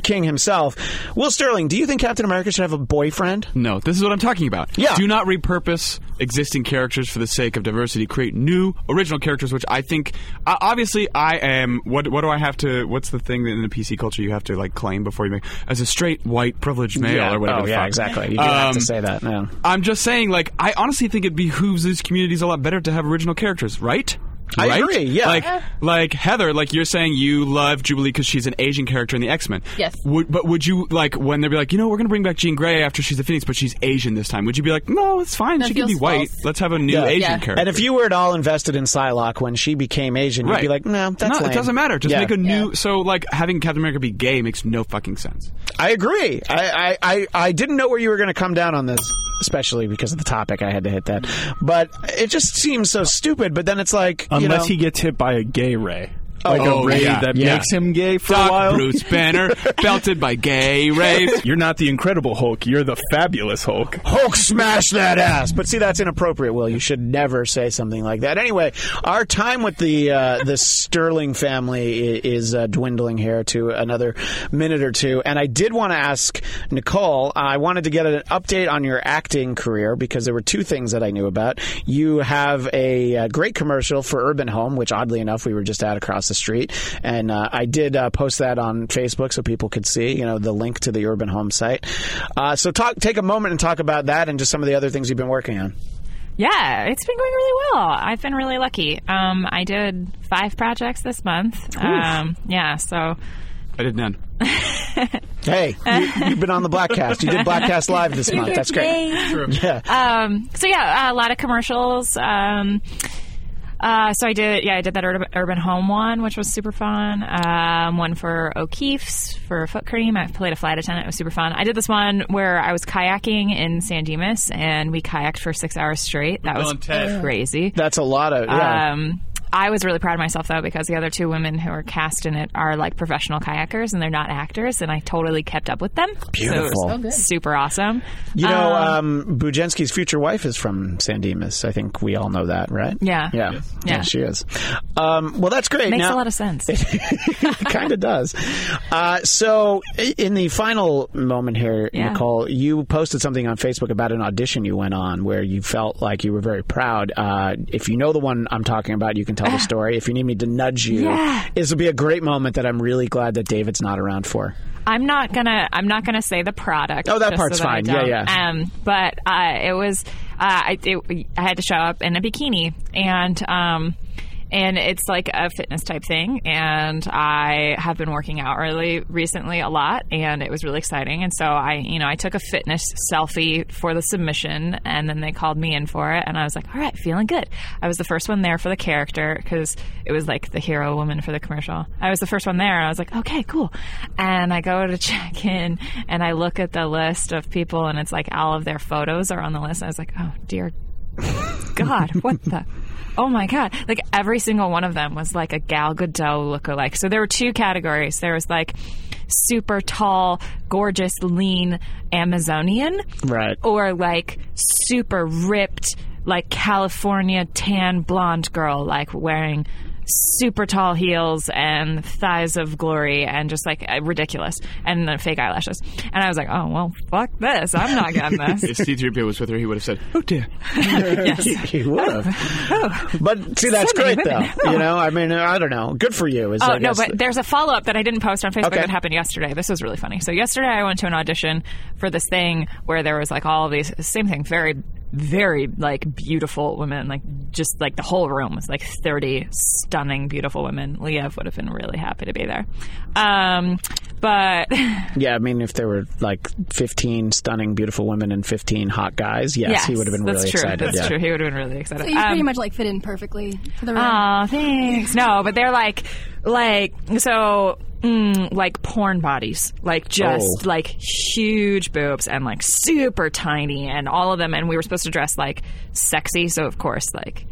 S3: King himself. Will Sterling, do you think Captain America should have a boyfriend?
S5: No, this is what I'm talking about.
S3: Yeah.
S5: Do not repurpose existing characters for the sake of diversity. Create new original characters, which I think uh, obviously I am. What what do I have to? What's the thing that in the PC culture you have to like claim before you make as a straight white privileged male or whatever?
S3: Oh,
S5: the
S3: yeah,
S5: fuck.
S3: exactly. You do have to
S5: Um,
S3: say that. Yeah.
S5: I'm just saying, like, I honestly think it behooves these communities a lot better to have original characters, right?
S3: I
S5: Right?
S3: agree, yeah.
S5: Like,
S3: Yeah.
S5: like Heather, like you're saying, you love Jubilee because she's an Asian character in the X Men.
S10: Yes.
S5: Would, but would you like when they'd be like, you know, we're gonna bring back Jean Grey after she's the Phoenix, but she's Asian this time? Would you be like, no, it's fine.
S10: That
S5: she can be
S10: feels
S5: white.
S10: false.
S5: Let's have a new
S3: Yeah.
S5: Asian
S10: Yeah.
S5: character.
S3: And if you were at all invested in Psylocke when she became Asian,
S5: right.
S3: you'd be like, no, that's
S5: no,
S3: lame.
S5: it doesn't matter. Just
S3: Yeah.
S5: make a new. So like having Captain America be gay makes no fucking sense.
S3: I agree. I, I, I, I didn't know where you were going to come down on this, especially because of the topic. I had to hit that. But it just seems so stupid. But then it's like, you
S8: Unless
S3: know,
S8: he gets hit by a gay ray. Like
S5: Oh,
S8: a ray
S5: yeah,
S8: that
S3: yeah.
S8: makes him gay for
S5: Doc
S8: a while.
S5: Bruce Banner, belted by gay rays.
S8: [LAUGHS] You're not the Incredible Hulk. You're the Fabulous Hulk.
S3: Hulk smash that ass. But see, that's inappropriate. Will you should never say something like that. Anyway, our time with the uh, the Sterling family i- is uh, dwindling here to another minute or two. And I did want to ask Nicole. I wanted to get an update on your acting career because there were two things that I knew about. You have a uh, great commercial for Urban Home, which oddly enough we were just at across the street, and uh, I did uh, post that on Facebook so people could see. You know the link to the Urban Home site. Uh, so talk, take a moment and talk about that and just some of the other things you've been working on.
S2: Yeah, it's been going really well. I've been really lucky. Um, I did five projects this month. Um, yeah, so
S5: I did none.
S3: Hey, you, you've been on the Blackcast. You did Blackcast
S2: [LAUGHS]
S3: Live this month. That's great. Yeah.
S2: um, so yeah, a lot of commercials. Um, uh, so I did, yeah, I did that Ur- Urban Home one, which was super fun. Um, one for O'Keefe's for foot cream. I played a flight attendant. It was super fun. I did this one where I was kayaking in San Dimas, and we kayaked for six hours straight. That was
S5: on Ted.
S2: crazy.
S3: That's a lot of yeah.
S2: Um, I was really proud of myself though because the other two women who were cast in it are like professional kayakers and they're not actors, and I totally kept up with them.
S3: Beautiful.
S2: so
S3: Oh,
S2: it
S10: good.
S2: was super awesome.
S3: you know, um, Bujenski's future wife is from San Dimas. I think we all know that, right?
S2: Yeah.
S3: Yeah. Yeah,
S2: Yeah.
S3: she is. Um, well, that's great.
S2: Makes
S3: Now-
S2: a lot of sense.
S3: kind of does. Uh, so, i- in the final moment here,
S2: Yeah.
S3: Nicole, you posted something on Facebook about an audition you went on where you felt like you were very proud. Uh, if you know the one I'm talking about, you can tell the story. If you need me to nudge you,
S2: Uh. Yeah.
S3: this will be a great moment that I'm really glad that David's not around for.
S2: I'm not gonna. I'm not gonna say the product.
S3: Oh, that
S2: just
S3: part's
S2: so that I
S3: fine. Yeah,
S2: don't.
S3: yeah.
S2: Um, but uh, it was. Uh, I it, I had to show up in a bikini, and um, and it's like a fitness type thing, and I have been working out really recently a lot, and it was really exciting. And so I, you know, I took a fitness selfie for the submission, and then they called me in for it, and I was like, all right, feeling good. I was the first one there for the character because it was like the hero woman for the commercial. I was the first one there. and I was like, okay, cool. And I go to [LAUGHS] check in and I look at the list of people and it's like all of their photos are on the list. I was like, oh dear God, what the? [LAUGHS] Oh my God. Like every single one of them was like a Gal Gadot lookalike. So there were two categories. There was like super tall, gorgeous, lean Amazonian
S3: Right. [LAUGHS]
S2: or like super ripped, like California tan blonde girl, like wearing super tall heels and thighs of glory and just like uh, ridiculous and then fake eyelashes. And I was like, oh, well, fuck this. I'm not getting this.
S5: If C-3PO was with her, he would have said, "Oh dear."
S3: he would have. but see, that's
S2: So many
S3: great, though.
S2: Oh. women.
S3: You know, I mean, I don't know. Good for you. Is
S2: Oh
S3: I
S2: no,
S3: guess
S2: but there's a follow up that I didn't post on Facebook
S3: Okay.
S2: that happened yesterday. This was really funny. So yesterday I went to an audition for this thing where there was like all of these same thing, very very like beautiful women, like just like the whole room was like 30 stunning beautiful women. Liev would have been really happy to be there. Um but [LAUGHS]
S3: Yeah, I mean, if there were like 15 stunning, beautiful women and 15 hot guys, yes,
S2: yes,
S3: he would have been
S2: that's
S3: really
S2: true.
S3: excited.
S2: That's
S3: yeah.
S2: true. He would have been really excited.
S1: So you pretty
S2: Um,
S1: much like fit in perfectly to the room.
S2: Oh, thanks. No, but they're like, like, so, mm, like porn bodies, like just
S3: Oh.
S2: like huge boobs and like super tiny and all of them. And we were supposed to dress like sexy. So, of course, like,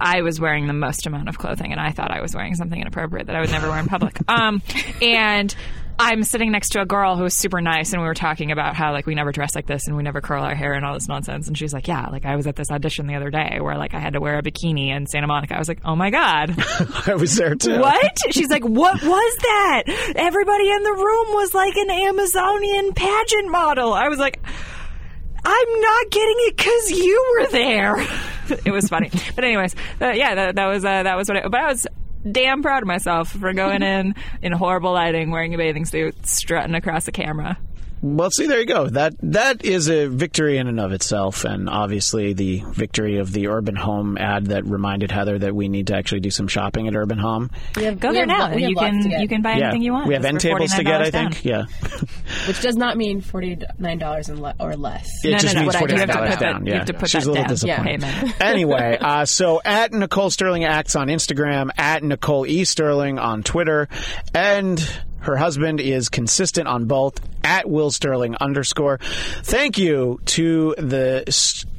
S2: I was wearing the most amount of clothing and I thought I was wearing something inappropriate that I would never wear in public. Um, and I'm sitting next to a girl who was super nice, and we were talking about how like we never dress like this and we never curl our hair and all this nonsense. And she's like, "Yeah, like I was at this audition the other day where like I had to wear a bikini in Santa Monica." I was like, "Oh my god,
S3: [LAUGHS] I was there too.
S2: what?" She's like, "What was that?" Everybody in the room was like an Amazonian pageant model. I was like. I'm not getting it because you were there. [LAUGHS] it was funny, but anyways, uh, yeah, that, that was uh, that was what. I, but I was damn proud of myself for going in in horrible lighting, wearing a bathing suit, strutting across the camera.
S3: Well, see, there you go. That that is a victory in and of itself, and obviously the victory of the Urban Home ad that reminded Heather that we need to actually do some shopping at Urban Home.
S2: Go there now.
S9: we have
S2: You
S9: lots to
S2: can
S9: get.
S2: you can buy anything you want.
S3: we have
S2: It's
S3: end
S2: for
S3: tables to get. I
S2: $49 down.
S3: think. Yeah,
S9: which does not mean $49 and le- or less.
S3: it
S2: no,
S3: just
S2: no,
S3: means
S2: what I- you
S3: forty
S2: have
S3: nine
S2: to
S3: dollars
S2: put that-
S3: down.
S2: you
S3: yeah,
S2: have to put
S3: she's
S2: that
S3: a little
S2: down.
S9: Yeah.
S3: disappointed.
S2: Amen.
S3: [LAUGHS] anyway, uh, so at Nicole Sterling Acts on Instagram, at Nicole E Sterling on Twitter, and her husband is consistent on both at Will Sterling underscore. Thank you to the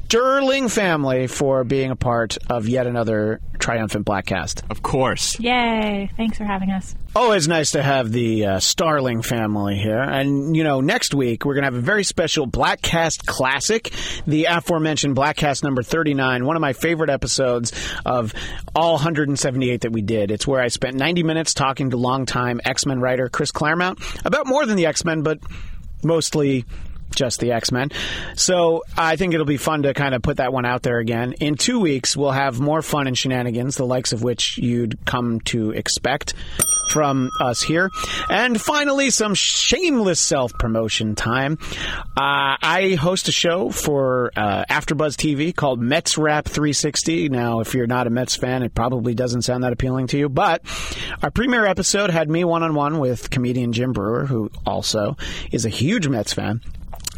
S3: Sterling family for being a part of yet another triumphant blackcast.
S5: Of course.
S2: Yay! Thanks for having us.
S3: Always nice to have the uh, Starling family here. And, you know, next week we're going to have a very special Blackcast Classic, the aforementioned Blackcast number 39, one of my favorite episodes of all 178 that we did. It's where I spent 90 minutes talking to longtime X Men writer Chris Claremont about more than the X Men, but mostly just the X Men. So I think it'll be fun to kind of put that one out there again. In two weeks, we'll have more fun and shenanigans, the likes of which you'd come to expect from us here. And finally, some shameless self promotion time. Uh, I host a show for uh, AfterBuzz TV called Mets Wrap 360. Now, if you're not a Mets fan, it probably doesn't sound that appealing to you, but our premiere episode had me one on one with comedian Jim Brewer, who also is a huge Mets fan.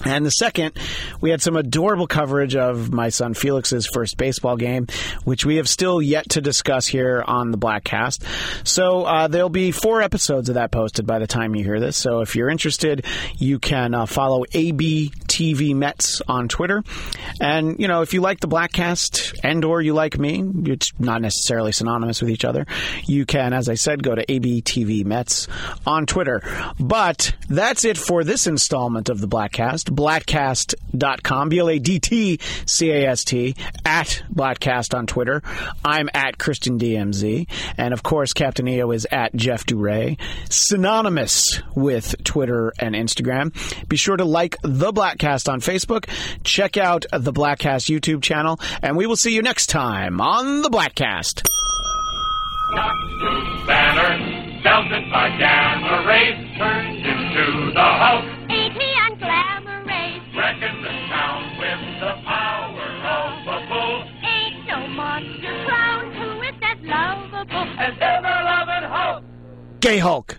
S3: And the second, we had some adorable coverage of my son Felix's first baseball game, which we have still yet to discuss here on the Blackcast. So uh, there'll be four episodes of that posted by the time you hear this. So if you're interested, you can uh, follow ABTV Mets on Twitter. And you know, if you like the Blackcast and or you like me, it's not necessarily synonymous with each other. You can, as I said, go to ABTV Mets on Twitter. But that's it for this installment of the Blackcast. Blackcast.com, B L A D T C A S T, at Blackcast on Twitter. I'm at Christian DMZ. And of course, Captain EO is at Jeff Duray, synonymous with Twitter and Instagram. Be sure to like the Blackcast on Facebook. Check out the Blackcast YouTube channel. And we will see you next time on the Blackcast.
S10: Knocked Banner, melted by gamma rays, turned into the Hulk.
S11: Ain't he unglamorous?
S10: Reckoned the town with the power of a bull.
S11: Ain't no monster clown who is as lovable
S10: As ever loving Hulk.
S3: Gay Hulk.